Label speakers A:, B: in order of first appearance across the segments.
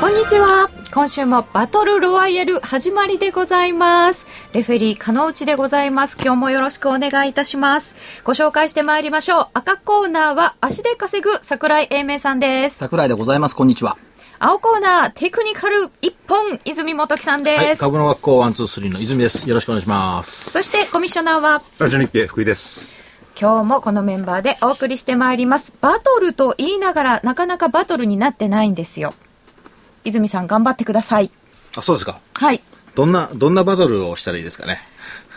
A: こんにちは。今週もバトルロワイヤル始まりでございます。レフェリー、加納内でございます。今日もよろしくお願いいたします。ご紹介してまいりましょう。赤コーナーは足で稼ぐ桜井英明さんです。
B: 桜井でございますこんにちは
A: 青コーナー、テクニカル一本、泉元木さん
C: は
A: で
C: い、
A: す。
C: 株の学校ワンツースリーの泉です。よろしくお願いします。
A: そしてコミッショナーは
D: ラジオ日経福井です。
A: 今日もこのメンバーでお送りしてまいります。バトルと言いながらなかなかバトルになってないんですよ。泉さん頑張ってください。
C: あ、そうですか。
A: はい。
C: どんな、どんなバトルをしたらいいですかね。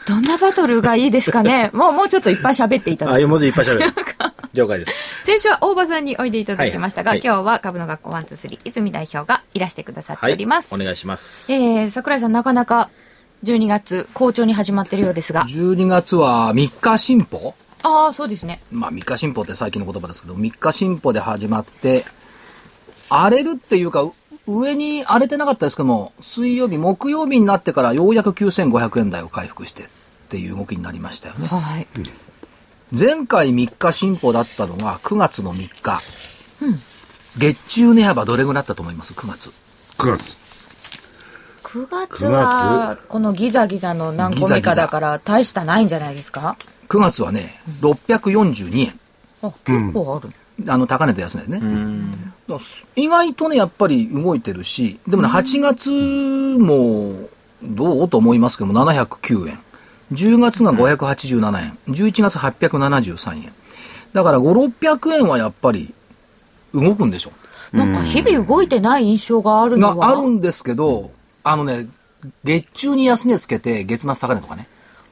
A: どんなバトルがいいですかねもう、もうちょっといっぱい喋っていただ
C: あ、
A: いて。
C: いう文字いっぱい喋る。 了解です。
A: 先週は大場さんにおいでいただきましたが、
C: はいはい
A: 今日は株の学校ワンツースリー泉代表がいらしてくださって
C: は
A: お
C: い
A: ります。
C: お願いします。
A: えー、桜井さんなかなか12月好調に始まってるようですが。
B: 12月は3日進歩
A: ああ、そうですね。
B: まあ3日進歩って最近の言葉ですけど3日進歩で始まって荒れるっていうかう上に荒れてなかったですけども水曜日木曜日になってからようやく9500円台を回復してっていう動きになりましたよね
A: はい。
B: 前回3日進歩だったのが9月の3日、月中値幅どれぐらいだったと思います9月
D: 9月。
A: 9月は、このギザギザの何個目かだから、大したないんじゃないですか
B: 9月はね642円
A: あ、結構ある。
B: あの高値と安値ねだからす意外とねやっぱり動いてるしでもね8月もどうと思いますけども709円10月が587円11月873円だから5600円はやっぱり動くんでしょ
A: なんか日々動いてない印象があるの
B: が
A: は。
B: あるんですけどあのね月中に安値つけて月末高値とかね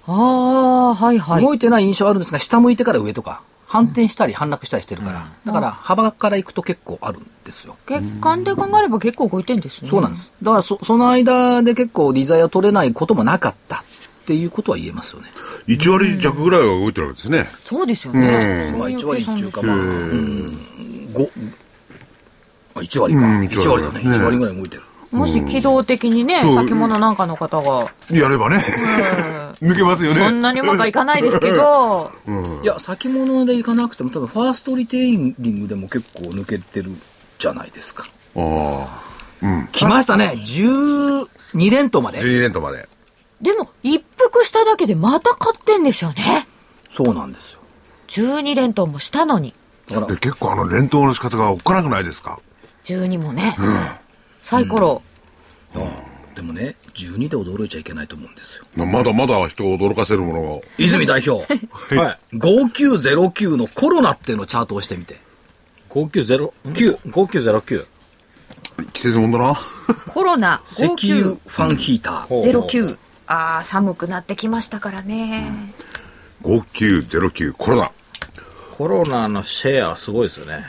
A: ああ、はいはい。
B: 動いてない印象あるんですが下向いてから上とか反転したり反落したりしてるからだから幅からいくと結構あるんですよ
A: 月間で考えれば結構動いてんですね。
B: そうなんです。だからそ、その間で結構利ザヤ取れないこともなかったっていうことは言えますよね。
D: 1割弱ぐらいは動いてるわけですね。
A: そうですよね。
B: まあ、1割っていうか、まあ、
D: う
B: うん
D: ん。
B: ごあ1割か。
D: うん
B: 1割だね。
D: ね
B: 1割ぐらい動いてる。
A: もし機動的にね、
D: そう
A: 先物なんかの方が、
D: やればね。抜けますよね。
A: そんなにうまくいかないですけど、
B: いや、先物でいかなくても、多分ファーストリテイリングでも結構抜けてるじゃないですか。
D: あ
B: 来ましたね。12連投ま
D: あ。
B: で。
D: 12連投まで。
A: でも、一服しただけでまた買ってんですよね。
B: そうなんですよ。
A: 12連投もしたのに、
B: だか
D: で
B: ら、
D: 結構あの連投の仕方がおっかなくないですか
A: 12もね、サイコロ、
B: でもね、12で驚いちゃいけないと思うんですよ。
D: まだまだ人を驚かせるもの
B: 泉代 表。
C: はい。
B: 5909のコロナっていうのをチャートをしてみて。
C: 590、5909。
D: が。季節もんだな。
A: コロナ、
B: 石油
A: 59、
B: ファンヒーター。
C: ほう
A: 09。ああ、寒くなってきましたからね。
D: 5909コロナ。
C: コロナのシェアすごいですよね。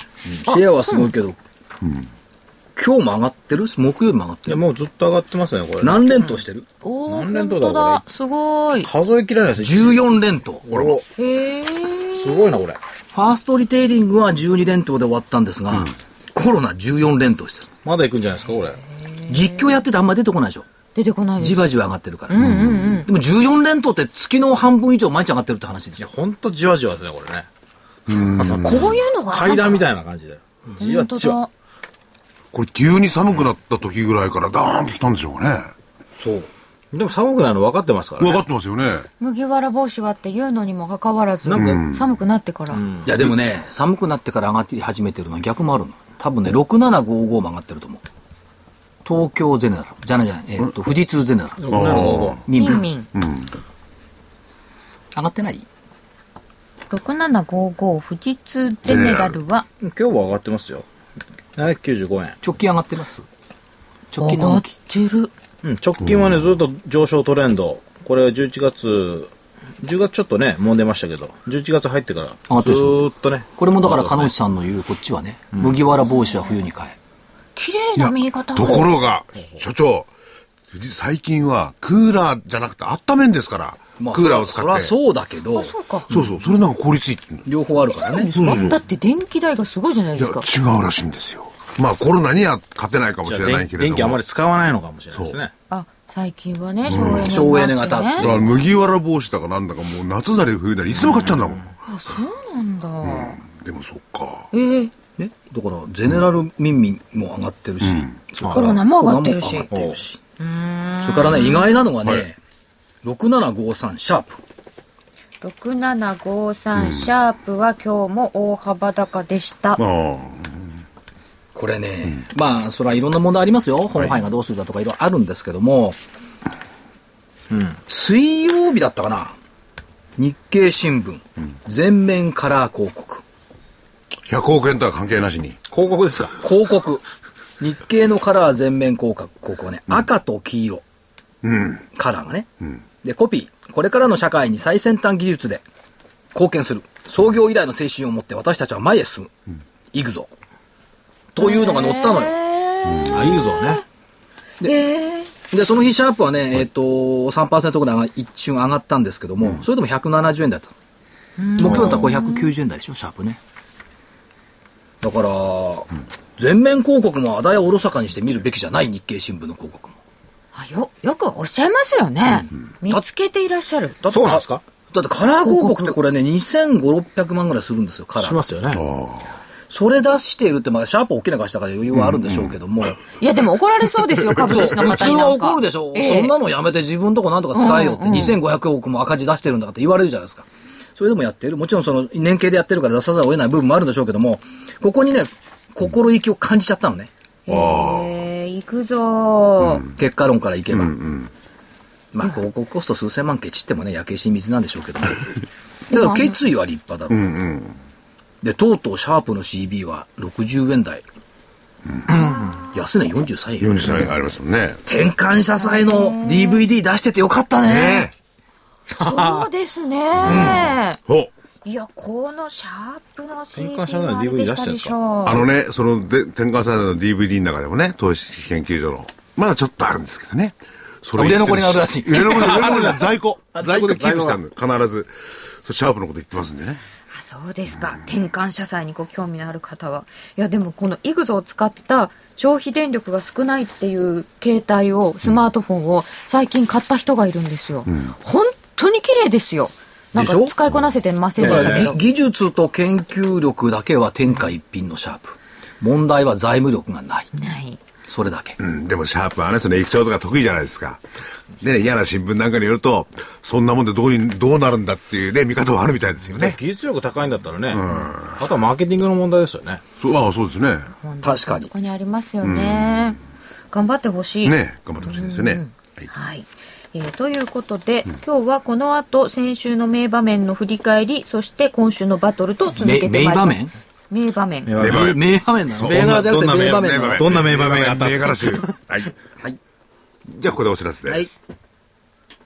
B: シェアはすごいけど、今日も上がってる木曜日も上がって
C: い
B: る
C: や、もうずっと上がってますね、これ。
B: 何連投してる、
A: おお、
C: 何連投
A: 本
C: だ
A: 当だ
C: こ。れ
A: すごい。
C: 数えきれないですね。
B: ?14 連投。フ
C: これも。
A: へえ。
C: すごいな、これ。
B: ァーストリテイリングは12連投で終わったんですが、コロナ14連投してる。
C: まだ行くんじゃないですか、これ。
B: 実況やっててあんまり出てこないでしょ。
A: 出てこないです
B: じ。わじわ上がってるから。でも14連投って月の半分以上毎日上がってるって話です
C: いや、
B: よ。
C: ほんとじわじわですね、これね。
A: こういうのが
C: 階段みたいな感じで。じわ
A: 本当
C: じわ
A: だ。。
D: これ急に寒くなった時ぐらいからダーンと来たんでしょうかね。
C: そう。でも寒くないの分かってますから
D: 分か
C: ね。
D: ってますよね。
A: 麦わら帽子はっていうのにもかかわらず、寒くなってから、
B: いやでもね、寒くなってから上がって始めてるのは逆もあるの。多分ね、6755も上がってると思う。東京ゼネラル。じゃないじゃない。えっと、富士通ゼネラル。
C: なるほど。
B: ミン
A: ミ
B: ミ
A: ン
B: ン
A: ミン、
B: 上がってない
A: 6755富士通ゼネラルは
C: 今日は上がってますよ。795円。
B: 直近上がってます直
A: 上
B: 近の
A: がっ
B: 動き
A: てる。
C: うん、直近はね、ずっと上昇トレンド。これは11月、10月ちょっとね、揉んでましたけど、11月入ってから、ず
B: がってるでしょ
C: ーっとね。
B: これもだから、鹿野
C: 上がってま
B: 内さんの言う、こっちはね、麦わら帽子は冬に買え。
A: 綺麗な右肩
D: ところが、所長、最近はクーラーじゃなくて温めんですから、
B: まあ
D: クーラーを
B: そ
D: 使
B: り
D: っ
B: ゃ
D: て。
B: そうだけど
A: あ、そうか。
D: そうそう、それなんか効率いいって言うんだ
B: 両方あるからね。
A: だって電気代がすごいじゃない
D: い
A: で
D: や、
A: すか。
D: 違うらしいんですよ。まあコロナには勝てないかも
C: じゃ
D: し
C: あ
D: れな
C: 電
D: いけれど
C: 電
D: も。
C: 気あまり使わないのかもしれないですね。
A: あ、最近はね、省
B: 省
A: エ
B: エネ
A: ネが
B: 型
A: あって
D: だ
A: ね。
D: から麦わら帽子だかなんだかもう夏なり冬なりいつでも買っちゃうんだもん。
A: あ、そうなんだ。
D: でもそっか。
A: ええ
B: ね、だからゼネラル民民も上がってるし、それから
A: コロナも上がってるし
B: コロナも上がってるしそれからね意外なのがね、
D: はい
B: 6753シャープ
A: 6753シャープは今日も大幅高でした。
D: まあ、
B: これね、まあそれはいろんな問題ありますよ本杯がどうするだとかいろいろあるんですけども、水曜日だったかな日経新聞、全面カラー広告
D: 100億円とは関係なしに。
C: 広告ですか
B: 広告日経のカラー全面広告広告はね、赤と黄色
D: うん。
B: カラーがね、でコピーこれからの社会に最先端技術で貢献する創業以来の精神を持って私たちは前へ進む、行くぞというのが載ったのよ、
C: あ、いいぞね。
B: でその日シャープはね、えっ、と3%ぐらい上が一瞬上がったんですけども、それでも170円だったもう今日だったらこれ190円台でしょシャープねだから、全面広告もあだやおろそかにして見るべきじゃない日経新聞の広告も
A: あよ、よくおっしゃいますよね。見つけていらっしゃる。
B: だって
C: そうなんですか
B: だってカラー広告ってこれね、2500、600万ぐらいするんですよ、カラ
C: し
B: ーが
C: ま。すよね。
B: それ出しているって、まあ、シャープ大きな会社だから余裕はあるんでしょうけども、
A: いや、でも怒られそうですよ、株
B: そう
A: 主の
B: 普
A: 方
B: 通
A: に
B: は
A: なんか。
B: 怒るでしょ、
A: ええ
B: そんなのやめて自分とこなんとか使えよって、2500億も赤字出してるんだからって言われるじゃないですか。それでもやっている。もちろんその年計でやってるから出さざるを得ない部分もあるんでしょうけども、ここにね、心意気を感じちゃったのね。
A: えー、行くぞー、
B: 結果論からいけば。まあ、広告コスト数千万ケチってもね、焼け石に水なんでしょうけども。だから決意は立派だろう。
D: うんうん。
B: で、とうとうシャープの CB は60円台。安値43円。
D: 40歳ありますもんね。
B: 転換社債の DVD 出しててよかったね。
A: そうですねー、
D: お
A: いや、このシャープの CD
C: 換したの
A: は
C: に
A: あれ
C: DVD
A: でしたでしょう。
D: あのね、そので転換されたの DVD の中でもね、投資研究所の、まだちょっとあるんですけどね。そ
B: 売れ残りがあるらしい
D: 売れ残り、売れ残りが在庫。
B: あ
D: 在庫でキ
B: 在
D: ー
B: 庫
D: プしたんで、必ず。そうシャープのこと言ってますんでね。
A: あそうですか、転換社債にご興味のある方はいやでもこのイグゾを使った消費電力が少ないっていう携帯をスマートフォンを最近買った人がいるんですよ、本当に綺麗ですよなんか
B: でしょ
A: 使いこなせてませんで
B: だ
A: し
B: か
A: た
B: ら
A: けど、
B: ぎ技術と研究力だけは天下一品のシャープ。問題は財務力がない。
A: ない
B: それだけ。
D: うん、でもシャープはね、その液晶とか得意じゃないですか。でね、嫌な新聞なんかによると、そんなもんでどうに、どうなるんだっていうね、見方はあるみたいですよね。
C: 技術力高いんだったらね。あとはマーケティングの問題ですよね。
D: そう、ああ、そうですね。
B: 確かに
A: こ。こにありますよね、頑張ってほしい
D: ね、頑張ってほしいですよね。はい。
A: はい。えーということで、今日はこの後、先週の名場面の振り返り、そして今週のバトルと続けてまいりま
B: め名
A: す。
B: 場面
A: 名場面。
C: 名
D: 場面
B: 名場面なの銘柄じゃなくて名場面なの
C: 名場面どんな名場面があったんで
D: 銘
C: すか
D: 柄集。はい。
B: はい。
D: じゃあ、ここでお知らせです。
B: はい。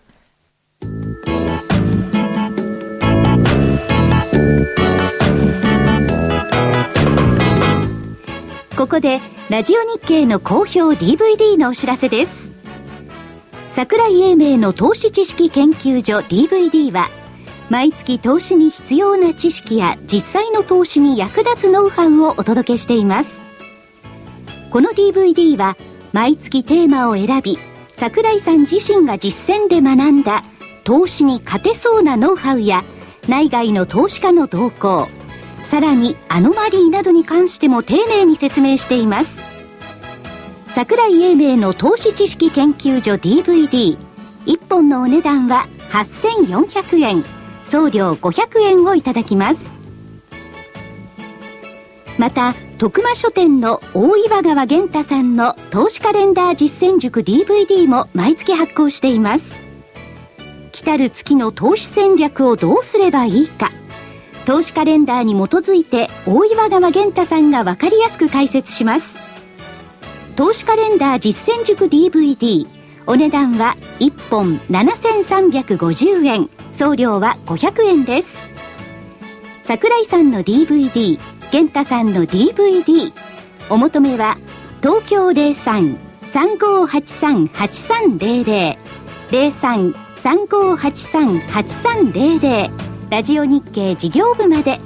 E: ここでラジオ日経の好評 DVD のお知らせです桜井英明の投資知識研究所 DVD は毎月投資に必要な知識や実際の投資に役立つノウハウをお届けしていますこの DVD は毎月テーマを選び桜井さん自身が実践で学んだ投資に勝てそうなノウハウや内外の投資家の動向さらにアノマリーなどに関しても丁寧に説明しています桜井英明の投資知識研究所 DVD1 本のお値段は8400円送料500円をいただきますまた徳間書店の大岩川源太さんの投資カレンダー実践塾 DVD も毎月発行しています来たる月の投資戦略をどうすればいいか投資カレンダーに基づいて大岩川源太さんが分かりやすく解説します投資カレンダー実践塾 DVD お値段は1本7350円送料は500円です桜井さんの DVD 源太さんの DVD お求めは東京03-3583-8300 03-3583-8300ラジオ日経事業部まで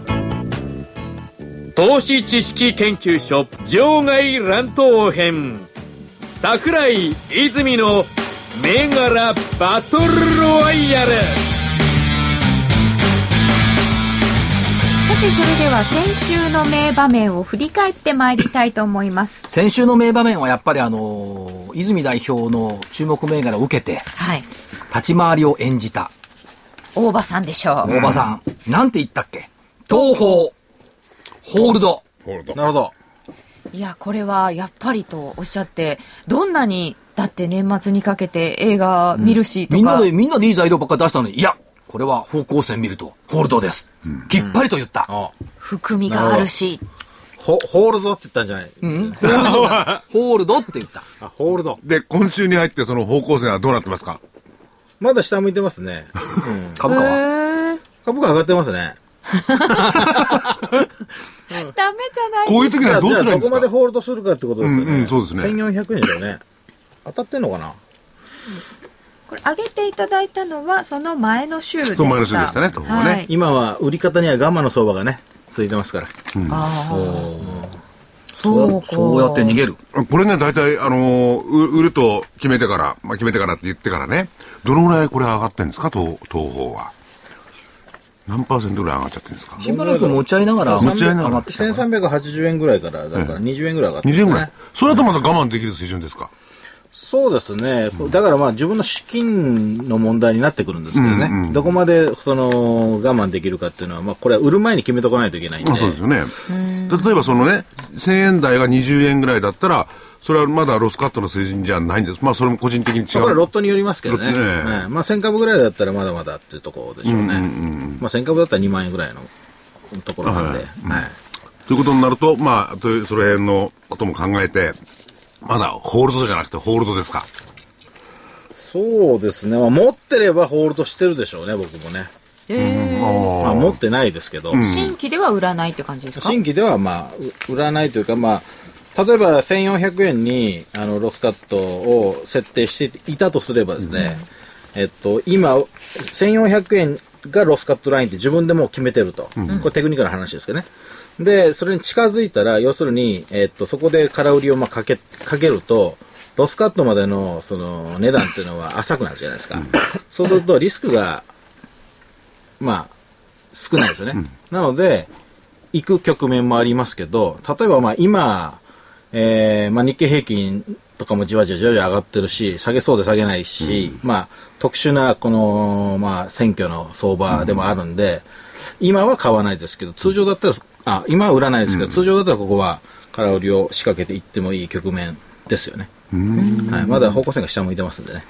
F: 投資知識研究所場外乱闘編桜井泉の銘柄バトルロワイヤル
A: さてそれでは先週の名場面を振り返ってまいりたいと思います
B: 先週の名場面はやっぱりあのー泉代表の注目銘柄を受けて、
A: はい
B: 立ち回りを演じた
A: 大場さんでしょう、
B: 大場さん、なんて言ったっけ東方、ホールド。
D: ホールド
C: なるほど。
A: いやこれはやっぱりとおっしゃってどんなにだって年末にかけて映画見るしと
B: みん
A: か、
B: なで、みんなでいい材料ばっかり出したのに、いや、これは方向線見ると、ホールドです。きっぱりと言った。
C: あ
A: 含みがあるし
C: ほ、ホールドって言ったんじゃない、
B: ホールドって言った。
C: あ、ホールド。
D: で、今週に入ってその方向性はどうなってますか
C: まだ下向いてますね。
B: 株価は。
C: 株価上がってますね。
A: ダメじゃない
D: こういう
C: じ
D: 時に
C: ゃ
D: は
C: あ
D: どうすればいい
C: ど
D: んで
C: こま
D: すか
C: でホールドするかってことですよね。
D: うんうんそうですね
C: 1400円でしょうね。当たってんのかな
A: これ上げていただいたのはその前の週でした
D: の前の週でしたね東方はね
A: はい
C: 今は売り方にはガンマの相場がね、ついてますから。
A: あーそうか
B: そうやって逃げる。
D: これね、大体、あのーう売ると決めてから、まあ、決めてからって言ってからね、どのぐらいこれ上がってんですか、東東方は。何パーセントぐらい上がっちゃってるんですか。
B: しばらく持ち合いながら、
D: 持ち合いなが
B: 上
D: ら
B: がってきたから。
C: 1380円ぐらいから、だから20円ぐらい上がってます
D: 20
C: ね
D: ぐらい。それだとまだ我慢できる水準ですか。
C: そうですね、だからまあ自分の資金の問題になってくるんですけどね、
D: うんうん
C: どこまでその我慢できるかっていうのは、まあ、これは売る前に決めとかないといけないんで、
D: まあそうですよね。で例えばそのね、1000円台が20円ぐらいだったら、それはまだロスカットの水準じゃないんです。まあそれも個人的に違
C: まあこれはロッ
D: う。
C: トによりますけどね、
D: ロットね
C: はいまあ、1000株ぐらいだったらまだまだっていうところでしょうね、まあ、1000株だったら2万円ぐらいのところなんで、
D: はい
C: はい
D: ということになると、まあ、というその辺のことも考えて、まだホールドじゃなくてホールドですか。
C: そうですね、まあ、持ってればホールドしてるでしょうね、僕もね、
A: えー
C: まあ、持ってないですけど、
A: 新規では売らないって感じですか
C: 新規ではまあう売らないというかまあ例えば1400円にあのロスカットを設定していたとすればですね、えっと今1400円がロスカットラインって自分でもう決めてると、これテクニカルな話ですけどねでそれに近づいたら要するに、えっとそこで空売りをまあかけかけるとロスカットまでのその値段っていうのは浅くなるじゃないですか、そうするとリスクがまあ少ないですよね、なので行く局面もありますけど、例えばまあ今、えーまあ、日経平均とかもじわじわじわじわ上がってるし、下げそうで下げないし、まあ、特殊なこの、まあ、選挙の相場でもあるんで、今は買わないですけど、通常だったら、あ今は売らないですけど、通常だったらここは空売りを仕掛けていってもいい局面ですよね。はい、まだ方向線が下向いてますんでね。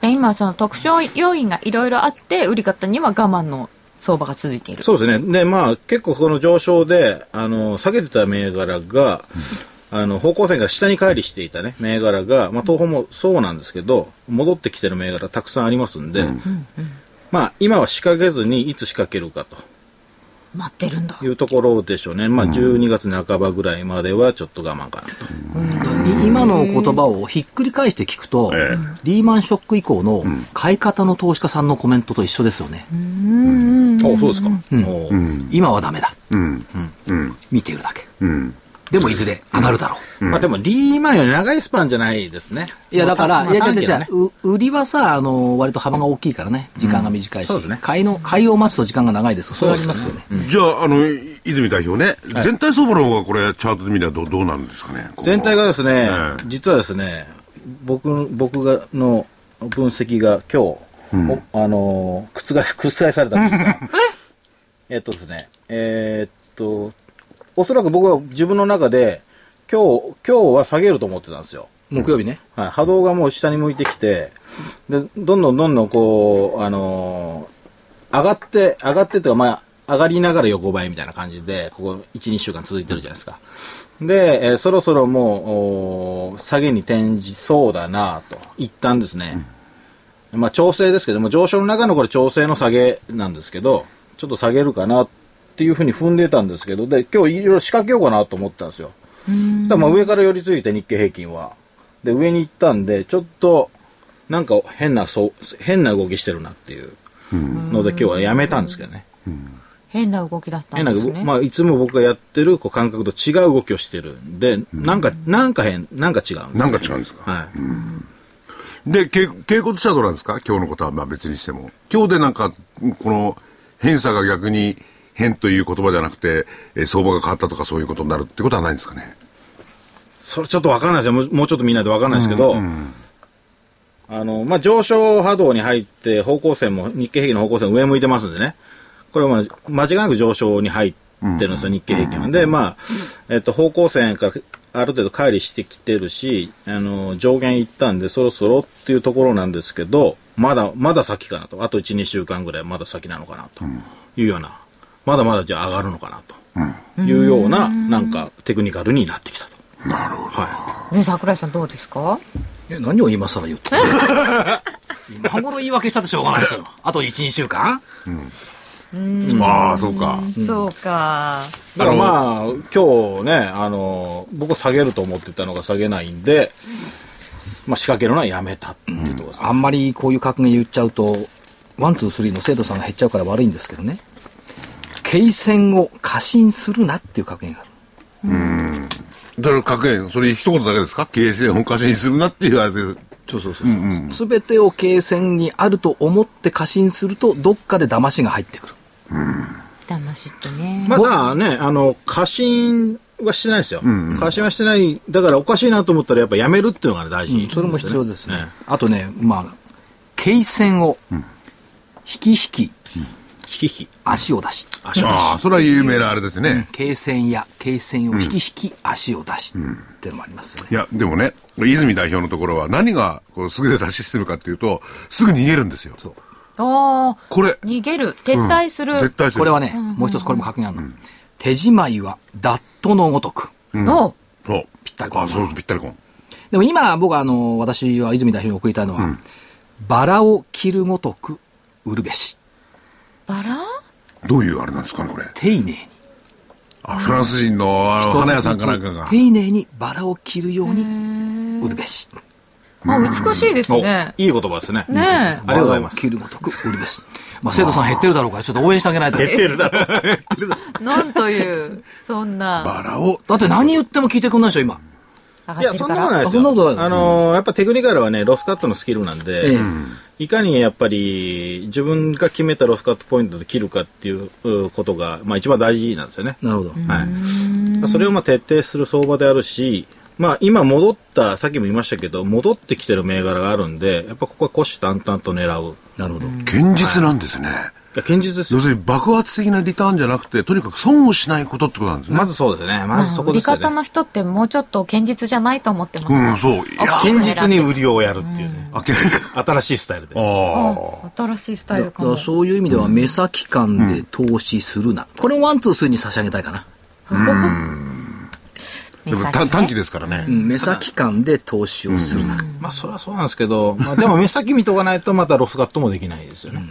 A: で今その特徴要因がいろいろあって売り方には我慢の相場が続いている
C: そうですね。で、まあ、結構この上昇で、あの、下げてた銘柄が、あの、方向線が下に乖離していたね、銘柄が、まあ、東方もそうなんですけど、戻ってきてる銘柄たくさんありますんで、まあ、今は仕掛けずにいつ仕掛けるか
A: 待ってるんだ
C: というところでしょうね。まあ、12月半ばぐらいまではちょっと我慢かなと。
B: い今の言葉をひっくり返して聞くと、リーマンショック以降の買い方の投資家さんのコメントと一緒ですよね。
C: あ、そうですか。おう
B: 今はダメだ。
D: うん。
B: 見ているだけ。
D: うん。
B: でもいずれ上がるだろ
C: まあ、でも、リーマンより長いスパンじゃないですね。
B: う。いや、だから、
C: まあ
B: いや、
C: 短
B: 違う
C: 期
B: 違
C: の
B: う
C: ね
B: 違うう売りはさ、あの、割と幅が大きいからね、時間が短いし、
C: そうですね
B: 買いの、買いを待つと時間が長いですからそれはありますけどね。
D: じゃあ、あの、い泉代表ね、全体相場の方がこれ、チャートで見ればどうどうなるんですかね。
C: 全体がですね、
D: ええ
C: 実はですね、僕僕がの分析が今日、おあのー覆す覆されたんですが、えっとですね、えーっと、おそらく僕は自分の中で、今日、今日は下げると思ってたんですよ。
B: 木曜日ね。
C: はい、波動がもう下に向いてきて、で、どんどんどんどんこう、あのー上がって、上がってというか、まあ、上がりながら横ばいみたいな感じで、ここ1、2週間続いてるじゃないですか。で、えーそろそろもう、おー下げに転じそうだなと、一旦ですね、まあ、調整ですけども、上昇の中のこれ調整の下げなんですけど、ちょっと下げるかなっていうふうに踏んでたんですけど、で、今日いろいろ仕掛けようかなと思ってたんですよ。だからまあ上から寄り付いて日経平均は。で、上に行ったんで、ちょっと、なんか変な、そう、変な動きしてるなっていうので、今日はやめたんですけどね。
A: 変な動きだったん
C: 変な
A: で
C: 動
A: す
C: き、
A: ね。
C: まあ、いつも僕がやってるこう感覚と違う動きをしてるんで、なんか、なんか変、なんか違うんです
D: な
C: よ
D: んか違うんですか。
C: はい。
D: で、け傾向としてはどうなんですか今日のことはまあ別にしても。今日でなんか、この、偏差が逆に変という言葉じゃなくて、えー相場が変わったとかそういうことになるってことはないんですかね。
C: それちょっとわかんないですよ。もうもうちょっとみんなでわかんないですけど、あの、まあ、上昇波動に入って、方向線も、日経平均の方向線上向いてますんでね。これは、まあ、間違いなく上昇に入ってるんですよ、日経平均は。で、まあ、えっと、方向線からある程度乖離してきてるし、あの、上限いったんで、そろそろっていうところなんですけど、まだ、まだ先かなと。あと1、2週間ぐらいまだ先なのかなというような、まだまだじゃあ上がるのかなというような、なんか、テクニカルになってきたと。
A: ね、桜井さんどうですか
B: え、何を今更言ってんの今頃言い訳したってしょうがないですよ。あと1、2週間
D: ああ、そうか。
A: そうか。
C: だからまあ、今日ね、あの、僕は下げると思ってたのが下げないんで、まあ仕掛けるのはやめたっていうところですね。
B: あんまりこういう格言言っちゃうと、ワン、ツー、スリーの生徒さんが減っちゃうから悪いんですけどね。経線を過信するなっていう格言がある。
D: それ、格言、それ一言だけですか経営をおかしにするなって言われてる。
B: そうそうそうすべてを経線にあると思って過信すると、どっかで騙しが入ってくる。
A: 騙しってね。
C: まあ、だからね、あの、過信はしてないですよ。過信はしてない。だからおかしいなと思ったらやっぱやめるっていうのが大事、
B: それも必要ですね。
C: ね
B: あとね、まあ、経線を、ひきひき、
C: ひひ。
B: 足を出し。
C: 足を出
D: ああ、それは有名なあれですね。
B: 経線や経線をひきひき、足を出し。ってのもありますよね。
D: いや、でもね、泉代表のところは何がこう優れたシステムかっていうと、すぐ逃げるんですよ。
A: ああ、
D: これ、
A: 逃げる、撤退する。
D: 絶対する。
B: これはね、もう一つこれも格言あるの。手じまいはダットのごとく。
A: の、
D: そう。
B: ぴったりこん
D: あ、そう、ぴったりこん。
B: でも今僕はあの、私は泉代表に送りたいのは、バラを切るごとく売るべし。
A: バラ
D: どういうあれなんですかね、これ。
B: 丁寧に。
D: あ、フランス人のあの花屋さんかなんかが
B: 丁。寧にバラを切るように売るべし。
A: あ、美しいです
C: お
A: ね。
C: いい言葉ですね。
A: ねえ
C: ありがとうござい
B: バラを
C: ま
B: 切
C: す。
B: るごとく売るべし。まあ、生徒さん減ってるだろうから、ちょっと応援してあげないと。
C: 減ってるだろ。
A: なんという、そんな。
D: バラを。
B: だって何言っても聞いてくんないでしょ、今。
A: 上
C: い
A: がっ
C: や、
A: て
C: そ
A: る
C: んな
A: か
C: こと
A: ら。
C: ないです
B: あそ
C: よ。
B: んなことない
C: あ
B: です
C: の、やっぱテクニカルはね、ロスカットのスキルなんで、
B: ええ
C: いかにやっぱり自分が決めたロスカットポイントで切るかっていううことが、まあ一番大事なんですよね。
B: なるほど。
C: はい、それをまあ徹底する相場であるし、まあ、今戻ったさっきも言いましたけど戻ってきてる銘柄があるんでやっぱここは虎視眈々と狙うい
B: なるほど。
D: 堅実なんですね。
C: や堅実です
D: 要
C: よ
D: するに爆発的なリターンじゃなくて、とにかく損をしないことってことなんですね。
C: まずそうですねまずそこ
A: 売
C: で
A: り
C: すよね
A: 方の人ってもうちょっと堅実じゃないと思ってま
D: う
A: した。
D: ん、そう。いや、
C: 堅実に売りをやるっていうね、
D: あけ
C: 新しいスタイルで
D: あ
A: 新しいスタイル
B: だ
A: か
B: か
A: も
B: ら。そういう意味では、目先感で投資するな。これをワン、ツー、スリーに差し上げたいかな。
D: あ。でも短短期ですからね。
B: うん、目先感で投資をするな。
C: まあそれはそうなんですけど、まあ、でも目先見とかないとまたロスカットもできないですよね、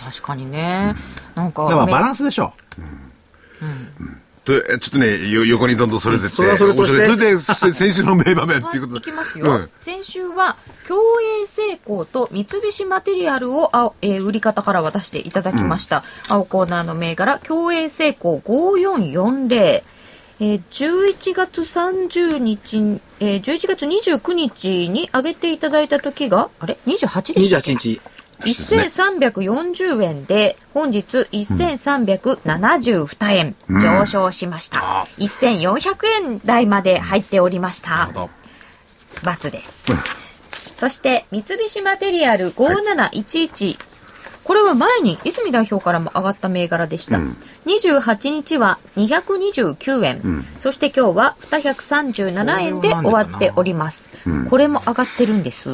A: 確かにね。なんか、
C: だからバランスでしょ
D: とえちょっとね、よ横にどんどんそれてって。
B: それはそれとして
D: 面白いそれで、せ先週の名場面っ
A: は
D: て
A: い
D: いうことで。
A: いきます
D: う
A: よ、
D: ん
A: 先週は共栄成功と三菱マテリアルを青、えー売り方から渡していただきました、青コーナーの銘柄共栄成功5440えー、11月30日に、えー、11月29日に上げていただいた時が、あれ ?28 でしたっけ
B: 28日、
A: 1340円で、本日1372円上昇しました。1400円台まで入っておりました。×です。そして、三菱マテリアル5711、これは前に泉代表からも上がった銘柄でした。28日は229円、そして今日は237円で終わっております。これも上がってるんです。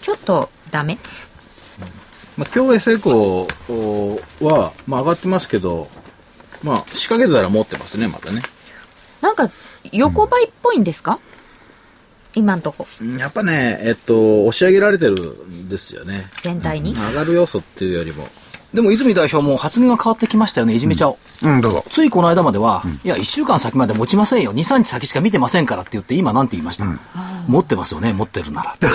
A: ちょっとダメ
C: まあ、競泳成功は、まあ、上がってますけど、まあ、仕掛けてたら持ってますねまたね
A: なんか横ばいっぽいんですか、今んとこ
C: やっぱね、えっと、押し上げられてるんですよね。
A: 全体に、
C: 上がる要素っていうよりも。
B: でも泉代表も発言が変わってきましたよね、いじめちゃおう。
D: うん、どうぞ。
B: ついこの間までは、いや、1週間先まで持ちませんよ、2、3日先しか見てませんからって言って、今、なんて言いました、持ってますよね、持ってるな らって。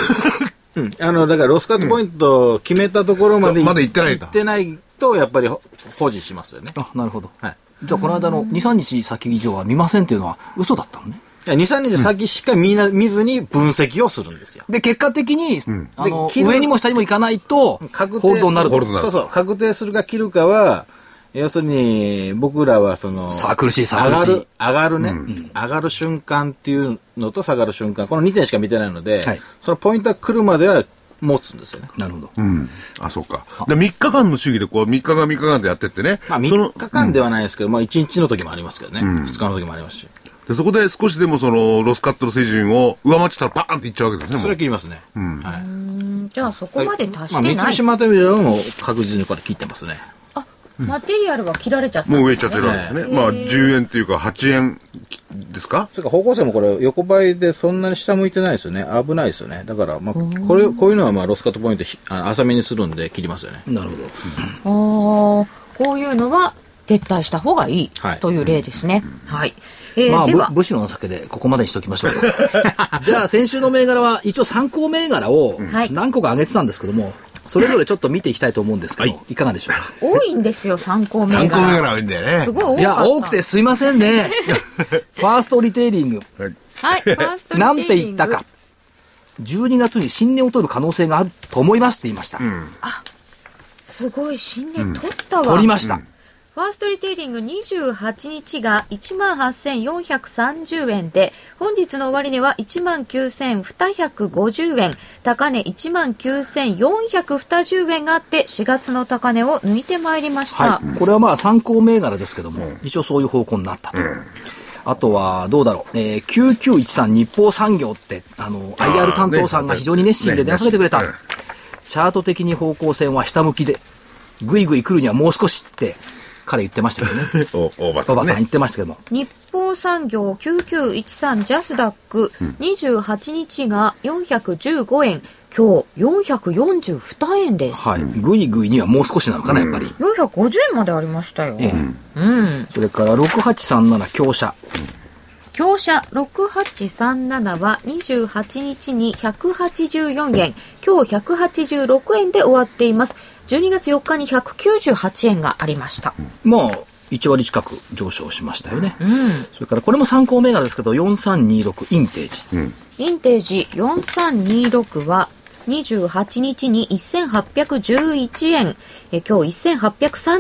C: うんあの、だからロスカットポイントを決めたところまで、
D: そうまだ行ってないんだ
C: 行ってないと、やっぱりほ保持しますよね。
B: あ、なるほど。
C: はい。
B: じゃあ、この間の2、3日先以上は見ませんっていうのは、嘘だったのね。
C: いや2、3日先しか見な、見ずに分析をするんですよ。
B: で、結果的に、あの
C: で切る
B: 上にも下にも行かないと、
C: 確定
B: 報道になる
D: 報
B: と
D: 道。になる
C: そうそう、確定するか切るかは、要するに、僕らはその、
B: さあ苦しいさあ
C: 上が
B: 苦しい
C: る、上がるね、上がる瞬間っていうのと下がる瞬間、この2点しか見てないので、
B: はい
C: そのポイントが来るまでは持つんですよね。
B: なるほど。
D: うん。あ、そうか。で、3日間の主義で、こう、3日間3日間でやってってね。
C: まあ、
D: その
C: 3日間ではないですけど、まあ、1日の時もありますけどね、2日の時もありますし、
D: でそこで少しでもその、ロスカットの水準を上回っちゃったらパーンっていっちゃうわけですね。
C: それ
D: も
C: は切りますね。はい
A: じゃあそこまで達して
C: まあ、
A: な
C: 三
A: い
C: 菱。マテリアルも確実にこれ切ってますね。
A: あ、マテリアルが切られちゃったん
D: う
A: ですね。
D: もう上行っちゃってるわけですね。まあ、10円っていうか、8円ですか
C: というか方向性もこれ横ばいでそんなに下向いてないですよね。危ないですよね。だから、まあ、これ、こういうのはまあロスカットポイントひあの浅めにするんで切りますよね。
B: なるほど。
A: あーこういうのは撤退した方がいい
C: はい
A: という例ですね。はい。えー
B: まあ、
A: で
B: ぶ
A: は、
B: 武士の情けでここまでにしておきましょ うかじゃあ、先週の銘柄は、一応参考銘柄を
A: はい
B: 何個か挙げてたんですけども、それぞれちょっと見ていきたいと思うんですけど、
D: はい
B: かがでしょうか。
A: 多いんですよ、参考銘柄。
D: 3個目が多いんだよね。
A: すごい多かった。
B: じゃあ、多くてすいませんね。ファーストリテイリング、
D: はい
A: はい、ファーストリテイリング
B: なんて言ったか。。12月に新年を取る可能性があると思いますって言いました。
A: すごい、新年取ったわ。
B: 取りました。
A: ファーストリテイリング28日が18,430円で、本日の終値は19,250円、高値19,420円があって、4月の高値を抜いてまいりました。
B: はい、これはまあ参考銘柄ですけども、一応そういう方向になったと。あとは、どうだろう。えー、9913日報産業って、あの、
D: あー
B: IR 担当さんが非常に熱心で出
D: ね
B: かけてくれた
D: ねね。
B: チャート的に方向線は下向きで、ぐいぐい来るにはもう少しって、彼言ってましたけど ね。
D: お、大場さ
B: 馬
D: ん
B: 場
D: ね。
B: さん言ってましたけども。
A: 日報産業9913ジャスダック28日が415円、今日442円です。
B: はい。ぐいぐいにはもう少しなのかな、やっぱり。
A: 450円までありましたよ。
B: ええ
A: うん。
B: それから、6837強者。
A: 強者6837は28日に184円、今日186円で終わっています。12月4日に198円がありました。
B: まあ、1割近く上昇しましたよね。
A: うん。
B: それから、これも参考銘柄ですけど、4326インテージ。
A: ヴィンテージ4326は28日に1811円、え今日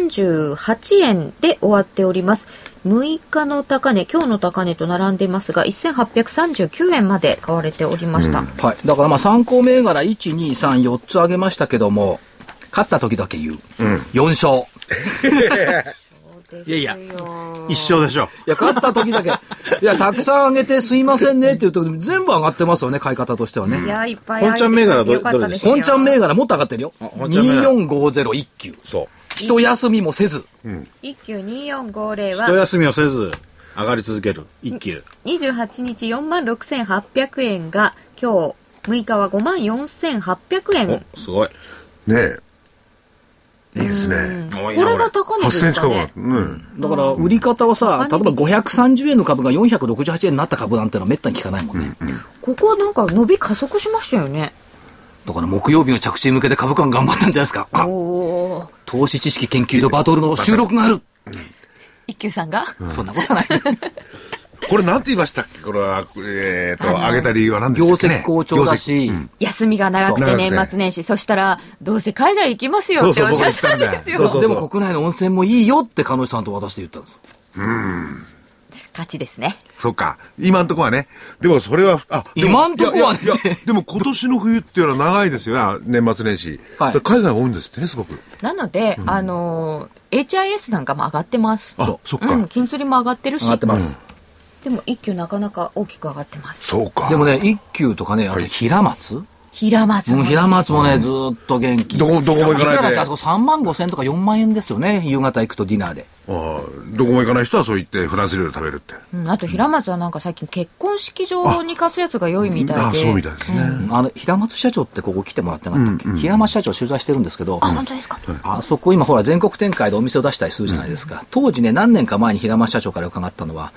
A: 1838円で終わっております。6日の高値、今日の高値と並んでいますが、1839円まで買われておりました。
B: はい、だからまあ参考銘柄1、2、3、4つ挙げましたけども、勝った時だけ言う。4勝。
C: いやいや、一生でしょう。
B: いや、勝った時だ け、いや、たくさん挙げてすいませんねっていうと、全部上がってますよね、買い方としてはね。
A: いや、いっぱい入っ
C: 本
A: て
C: ちゃん銘柄ど
A: よかったですよ
B: 本ちゃん銘柄もっと上がってるよ。
C: 本ちゃん銘柄
B: 24501級。
C: そう。
B: 一休みもせず。
A: 一級2450
C: 一
A: は
C: 休みをせず、上がり続ける。一級。
A: 28日4万6800円が今日6日は5万4800円。
C: お、すごい。
D: ねえ。いいですね。
C: こ
A: これが高値で
D: 8セ
A: す
D: ンチ
A: か
D: 近く
A: ね
D: な。うん。
B: だから、売り方はさ、例え
A: うん
B: ば530円の株が468円になった株なんてのはめったに聞かないもんね。
A: ここなんか伸び加速しましたよね。
B: だから、木曜日の着地に向けて株価が頑張ったんじゃないですか。あ
A: おお。
B: 投資知識研究所バトルの収録がある。
A: 一休さんが、
B: そんなことはない。
D: これなんて言いましたっけこれは、えーと、上げた理由は何で
B: 業
D: したっけ
B: 績
D: ね
B: 好調だし、
A: 休みが長くて
D: そう
A: 年末年始、そしたら、どうせ海外行きますよ
D: そう
A: って
D: そう
A: おっしゃっ
D: 僕
A: た
D: が言
A: ん
D: ったんだ
A: ですよ。
C: そうそう
B: でも国内の温泉もいいよって彼女さんと私で言ったんですよ
A: 勝ちですね。
D: そうか。今んとこはね。でもそれは、あ、でも
B: 今んとこはね
D: いやいやいやでも今年の冬っていうのは長いですよね。年末年始。
B: はい
D: だから海外多いんですってね、すごく。
A: なので、あのー、HIS なんかも上がってます。
D: あそっか
A: うん、金釣りも上がってるし。
B: 上がってます、
A: でも一休なかなか大きく上がってます。
D: そうか。
B: でも。ね一休とかねあと
D: はい
B: 平松、
A: 平松
B: も
A: も
B: う平松もね、ずーっと元気
D: どこどこも行かないで
B: 平松あそこ3万5千とか4万円ですよね夕方行くとディナーで
D: ああどこも行かない人はそう言ってフランス料理食べるって
A: うん、あと平松はなんか最近結婚式場に貸すやつが良いみたいで。
D: ああそうみたいですね、
B: あの平松社長ってここ来てもらってなかったっけ、平松社長取材してるんですけど、
A: あ本当ですか。
B: あそこ今ほら全国展開でお店を出したりするじゃないですか、当時ね何年か前に平間社長から伺ったのは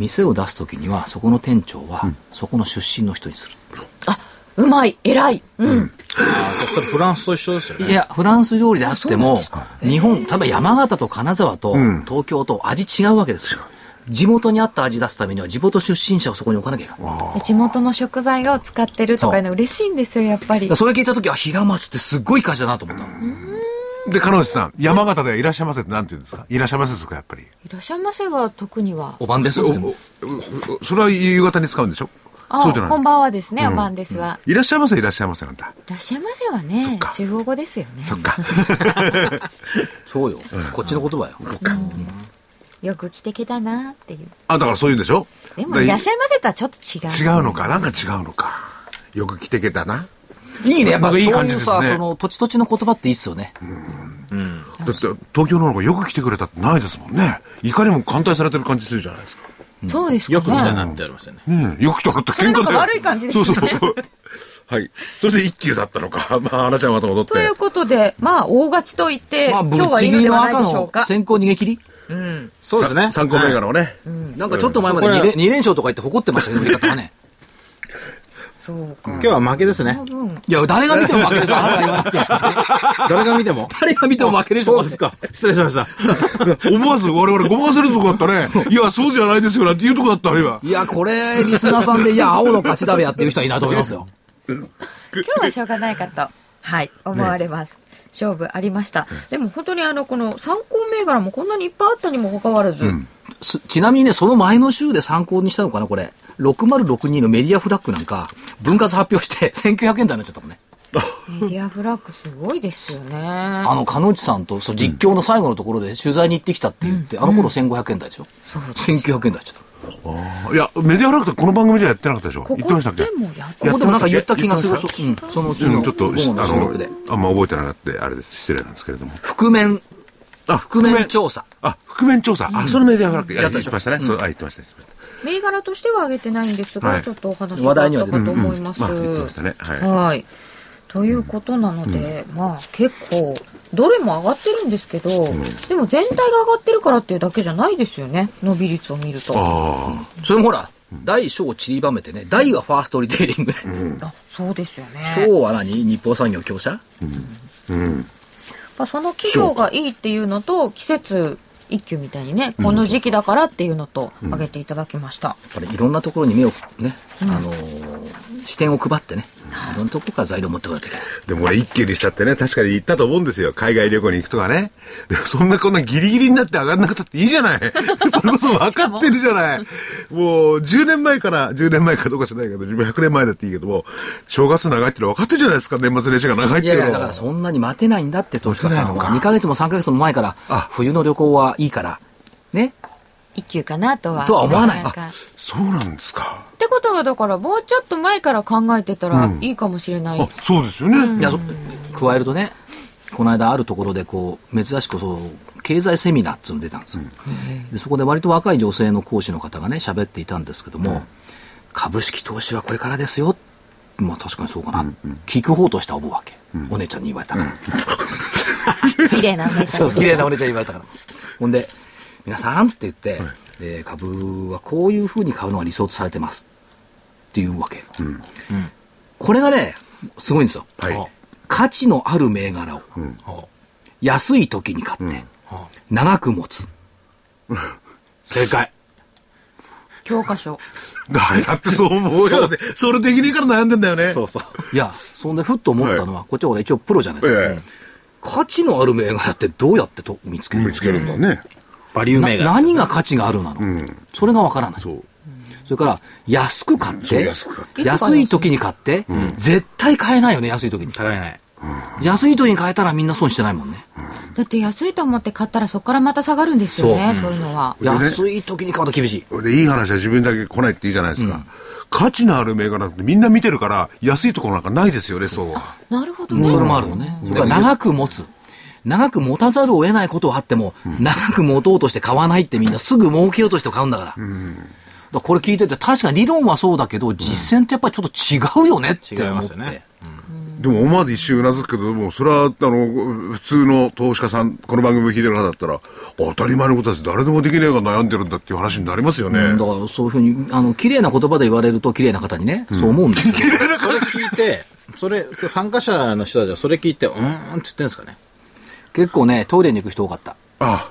B: 店を出す時にはそこの店長は、そこの出身の人にする、
A: うまい、偉い。うん。
C: それフランスと一緒ですよね
B: いやフランス料理であっても日本例えば山形と金沢と東京と味違うわけですよ、地元にあった味出すためには地元出身者をそこに置かなきゃいけない
A: 地元の食材を使ってるとかいうの嬉しいんですよ、やっぱり。
B: それ聞いた時は平松ってすっごい会社だなと思ったの、
D: で彼女さん山形ではいらっしゃいませってなんて言うんですかいらっしゃいませですかやっぱり
A: いらっしゃいませは特には。
B: お晩ですって言っても
D: おおそれは夕方に使うんでしょ
A: あ
D: そうじゃない
A: こんばんはですね、お晩ですは。
D: いらっしゃいませいらっしゃいませなんだ
A: いらっしゃいませはね、地方語ですよね。
D: そっか
B: そうよ、こっちの言葉よ、
A: よく来てきたなっていう。
D: あだからそういうんでしょ
A: で
D: だ
A: も、
D: ら
A: いらっしゃいませとはちょっと違う。
D: 違うのかなんか違うのかよく着てけたない
B: いねやっぱ
D: なん
B: そ
D: か
B: う
D: いい感
B: い
D: じ
B: う
D: ですね
B: さ、その土地土地の言葉っていいっすよね、
D: だって東京の方がよく来てくれたってないですもんねいかにも歓待されてる感じするじゃないですか
A: そうですか、ね。
C: よく来たなってありましたね
D: うんよく来たのって喧嘩
A: それなんか悪い感じですよね
D: そうそう はいそれで一級だったのか まあ話はまた戻って
A: ということで、まあ、大勝ちと言って、
B: まあ、ぶっ
A: 今日は
B: ち
A: いいの
B: ぎり
A: では
B: の
A: ない
B: 赤
A: でしょう
B: の
A: か。
B: 先行逃げ切り
C: そうですね
D: 3個銘柄をね、
B: なんかちょっと前まで 2,
C: これ
B: 連二連勝とか言って誇ってましたけど、売り方はね。
A: そうか。
C: 今日は負けですね
A: 多分、
B: いや、誰が見ても負け でしょ、あなたが言わなくて。
C: 誰が見ても
B: 誰が見ても負けでしょ。
C: そうですか 失礼しました
D: 思わず我々ごまかせるとこだったね。いや、そうじゃないですよなんて言うとこだった、あれは。
B: いや、これ、リスナーさんで、いや、青の勝ちだべやっていう人はいないと思いますよ。
A: 今日はしょうがないかと、はい、思われます。勝負ありました。でも本当にあの、この参考銘柄もこんなにいっぱいあったにもかかわらず、
B: すちなみにね、その前の週で参考にしたのかな、これ。6062のメディアフラッグなんか、分割発表して1900円台になっちゃったもんね。
A: メディアフラッグすごいですよね。
B: あの、鹿野内さんと、そう、実況の最後のところで取材に行ってきたって言って、あの頃1500円台でしょ。1900円台ちょっと。
D: いや、メディアラクターこの番組じゃやってなかったでしょ。
A: こ
D: 言って
A: こ
D: ましたっけ
A: でもやっ
B: ここでもなんか言った気がする。
D: 言って
B: そ
D: ま
B: ううん、その日
D: しう
B: の
D: ん、ちょ
B: 午
D: っと、
B: 後の収録で。
D: あの、あんま覚えてなかった、あれです。失礼なんですけれども。
B: 覆面、
D: あ、
B: 覆面調査。
D: あ、覆面調査。あ、そのメディアフラッグ。や
B: や
D: っ
B: ったでしょ
D: てましたね。そう、あ、言ってました。言ってました
A: 銘柄としては上げてないんですが、
D: はい
A: ちょっとお話
B: 話題に
A: があ
B: は
A: っ
B: 出
A: た
B: て
A: か
B: る
A: と思います。
D: まあ、言ってましたね。は
A: はい。ということなので、まあ結構、どれも上がってるんですけど、でも全体が上がってるからっていうだけじゃないですよね、伸び率を見ると。
D: い。あ
B: それもほら、大小を散りばめてね、大がファーストリテイリングで、
A: あそうですよね。
B: 小は何日本産業協社
A: まあ、その企業がいいっていうのと季節一休みたいにねこの時期だからっていうのと挙げていただきました、
B: あれいろんなところに目をね、あのー視点を配ってね、いろんなところから材料を持ってこなきゃいけない。
D: あ。でも俺、一級にしたってね、確かに行ったと思うんですよ。海外旅行に行くとかね。でもそんなこんなギリギリになって上がんなくたっていいじ ゃない。それこそ分かってるじゃない。もう、10年前から、10年前かどうかじゃないけど、100年前だっていいけども、正月長いってのは分かってるじゃないですか。年末年始が長いっ
B: い
D: てい
B: やい
D: うのは
B: や、だからそんなに待てないんだって、投資家さん
D: 待て
B: は。
D: ないのか
B: 2ヶ月も3ヶ月も前から
D: あ、
B: 冬の旅行はいいから、ね。
A: 一休かなとは
B: とは思わない
A: かっ
D: そうなんですか。
A: てことはだからもうちょっと前から考えてたらいいかもしれない、
D: あ、そうですよね。
B: いや、そ加えるとね、この間あるところでこう、珍しくそう、経済セミナーっつうの出たんですよ、で。そこで割と若い女性の講師の方がね、喋っていたんですけども、株式投資はこれからですよ。まあ確かにそうかな。聞く方としては思うわけ。お姉ちゃんに言われたから。
A: 綺麗なお姉さ
B: そ
A: ん
B: う、
A: に
B: 綺麗なお姉ちゃんに言われたから。ほんで、皆さんって言って、えー株はこういうふうに買うのが理想とされてます。っていうわけ。これがね、すごいんですよ。
D: はい
B: 価値のある銘柄を、 安い時に買って、長く持つ。正解。
A: 教科書
D: だだってそう思うよね。それできねえから悩んでんだよね。
C: そうそう
B: いや、そんでふっと思ったのは、こっちはほら一応プロじゃないですか。
D: ええ
B: 価値のある銘柄ってどうやってと見つけるの
D: 見つけるんだね。
C: バリュー
B: な
C: 銘柄
B: 何が価値があるなの、それがわからない。
D: そう。
B: それから、安く買っ
D: そう
B: て、
D: 安く買って
B: 安い時に買って、絶対買えないよね、安い時に。
C: 高いない
B: 安い時に買えたらみんな損してないもんね。
A: だって安いと思って買ったらそこからまた下がるんですよねそういうのは
D: んでね
B: 安い時に買うと厳しい。
D: で、いい話は自分だけ来ないっていいじゃないですか。価値のある銘柄ってみんな見てるから、安いところなんかないですよね、そうは。
A: なるほどね
B: それもあるのね。だから長く持つ。長く持たざるを得ないことはあっても、長く持とうとして買わないってみんなすぐ儲けようとして買うんだから。だからこれ聞いてて、確かに理論はそうだけど、実践ってやっぱりちょっと違うよねって
C: 違い
B: 思
C: ま
B: っ
C: す
B: て。
C: よね
D: でも思わず一瞬うなずくけど、もうそれは、あの、普通の投資家さん、この番組聞いてる方だったら、当たり前のことです。誰でもできないが悩んでるんだっていう話になりますよね。
B: うんだからそういうふうに、あの、綺麗な言葉で言われると綺麗な方にね、そう思うんですけど。
C: それ聞いて、それ、参加者の人たちはそれ聞いて、うーんって言ってんですかね。
B: 結構ね、トイレに行く人多かった。
D: ああ。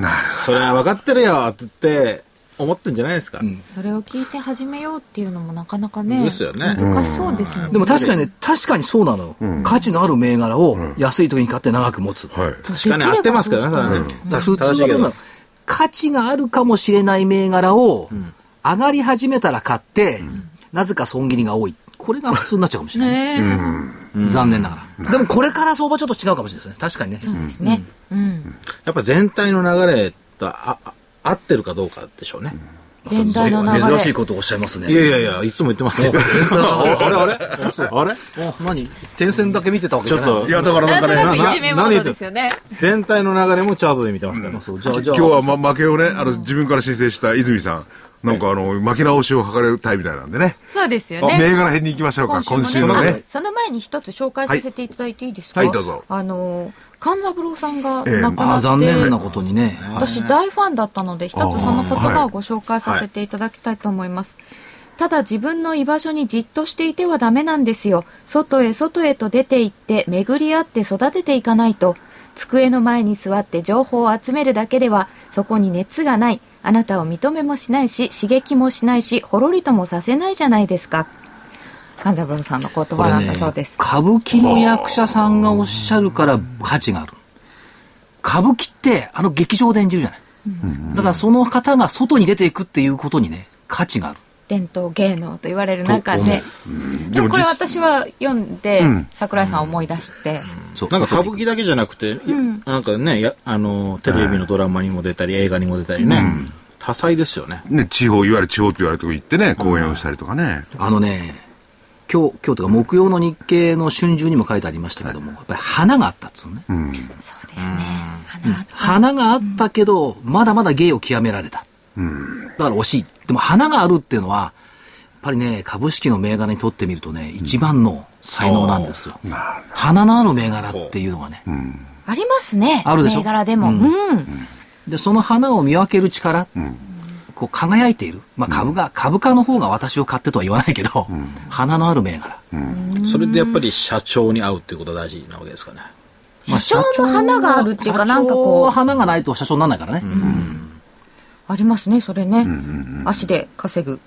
D: なるほ
C: それは分かってるよって言って、思ってんじゃないですか。
A: それを聞いて始めようっていうのもなかなかね
C: ですよね
A: 難しそうですもんね
B: でも確かにね、確かにそうなのよ、価値のある銘柄を安い時に買って長く持つ。
D: ど。はい。
C: 確かに合ってますけどね、それはね
B: だから普通
C: 正しい
B: は
C: け
B: どうなの。
C: ど
B: 価値があるかもしれない銘柄を、上がり始めたら買って、なぜか損切りが多い。これが普通になっちゃうかもしれない。
A: ねえ
B: 残念ながら。でもこれから相場ちょっと違うかもしれないですね。確かにね。
A: ですねうん
C: やっぱ全体の流れとああ合ってるかどうかでしょうね。
A: 全体の流
B: 珍しい
A: れ
B: ことをおっしゃいますね。
C: いやいやいや、いつも言ってますよ。
B: あれあれ
C: あれ
B: 何点線だけ見てたわけじゃない
C: ちょっと
D: いや、だからなんかね、
C: な
D: な
C: な何言ってんす
G: よね。
C: 全体の流れもチャートで見てますから。
B: そうじゃあじゃ
D: 今
B: あ
D: 日は、ま、負けをね、あの、自分から申請した泉さん。なんかあの、負け直しを図れるタイプみたいなんでね。
A: そうですよね
D: 銘柄編に行きましょうか、今週の
A: あ
D: ね。
A: その前に一つ紹介させていただいていいですか、
D: はいはいどうぞ
A: あの勘三郎さんが
D: ええ
A: 亡く
B: あ
A: な
B: ー
A: って、
B: 残念なことにね。
A: 私大ファンだったので一つその言葉をご紹介させていただきたいと思います、ただ自分の居場所にじっとしていてはダメなんですよ外へ外へと出て行って巡り合って育てていかないと机の前に座って情報を集めるだけではそこに熱がないあなたを認めもしないし刺激もしないしほろりともさせないじゃないですか勘三郎さんの言
B: こ
A: 葉
B: れ
A: なん
B: ね
A: だそうです、
B: 歌舞伎の役者さんがおっしゃるから価値がある。歌舞伎って、あの劇場で演じるじゃない。だからその方が外に出ていくっていうことにね、価値がある。
A: 伝統芸能と言われる中で、で
D: でも
A: もこれ
D: 実
A: 私は読んで、
D: ん
A: 桜井さんを思い出して、
B: そう
C: なんか歌
B: 外に
C: 舞伎だけじゃなくて、なんかね、やあの、テレビのドラマにも出たり、映画にも出たりね、多彩ですよね。
D: ね、地方、いわゆる地方と言われるとこ行ってね、講演をしたりとかね。
B: あのね、今日、今日というか木曜の日経の春秋にも書いてありましたけども、やっぱり花があったっつうのね。
D: う
A: そ
D: ん。
A: うですね花
B: 花があったけど、まだまだ芸を極められた。だから惜しい。でも花があるっていうのは、やっぱりね、株式の銘柄にとってみるとね、一番の才能なんですよ。花のある銘柄っていうのがね。
A: ありますね
B: あるでしょ
A: 銘柄でも、うん
B: で、その花を見分ける力、こう輝いている。まあ株が、株価の方が私を買ってとは言わないけど、花のある銘柄。
C: それでやっぱり社長に会うっていうことが大事なわけですかね。
B: まあ
A: 社長も花があるっていうかなんか
B: 社長は
A: こう
B: 花がないと社長にならないからね。
A: ありますねそれね、足で稼ぐ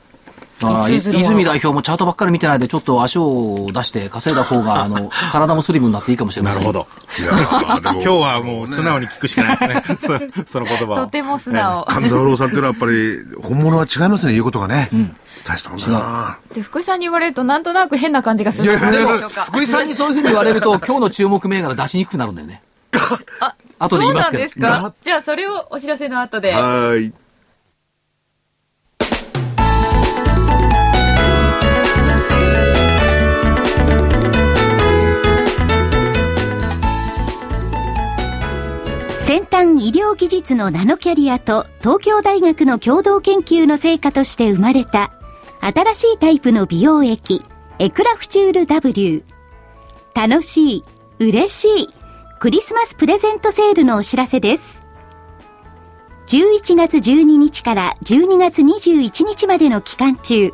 B: ああい
A: いついずれは
B: 泉代表もチャートばっかり見てないで、ちょっと足を出して稼いだ方が、あの、 体もスリムになっていいかもしれません。。。
D: いやーでも
C: 今日はもう素直に聞くしかないですね。そその言葉を。
A: とても素直、
D: 勘三郎さんっていうのはやっぱり、本物は違いますね、言うことがね。大したもんだな。
A: で福井さんに言われるとなんとなく変な感じがする
D: いやいやいや
A: どうでしょうか
B: 福井さんにそういうふうに言われると、 今日の注目銘柄出しにくくなるんだよね。後で言いますけど。
A: そうなんですかじゃあそれをお知らせの後で
D: はーい。
E: 先端医療技術のナノキャリアと東京大学の共同研究の成果として生まれた新しいタイプの美容液エクラフチュール W 楽しい嬉しいクリスマスプレゼントセールのお知らせです11月12日から12月21日までの期間中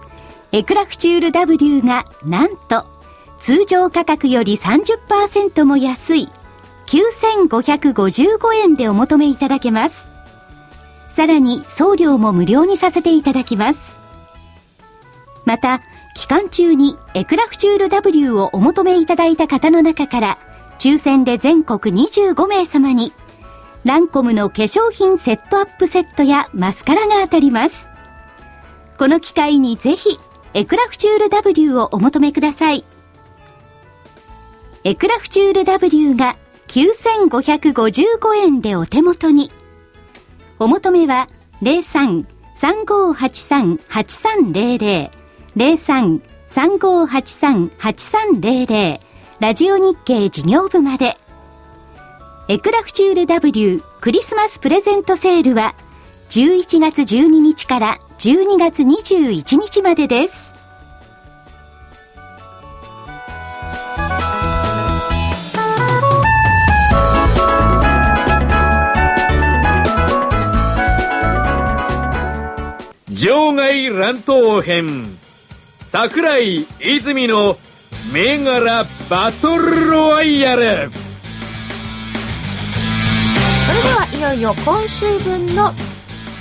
E: エクラフチュール W がなんと通常価格より30%も安い9555円でお求めいただけます。さらに送料も無料にさせていただきます。また、期間中にエクラフチュール W をお求めいただいた方の中から、抽選で全国25名様に、ランコムの化粧品セットアップセットやマスカラが当たります。この機会にぜひ、エクラフチュール W をお求めください。エクラフチュール W が9555円でお手元に。お求めは03-3583-8300、03-3583-8300、ラジオ日経事業部まで。エクラフチュール W クリスマスプレゼントセールは11月12日から12月21日までです。
F: 場外乱闘編桜井泉の銘柄バトルロワイヤル
A: それではいよいよ今週分の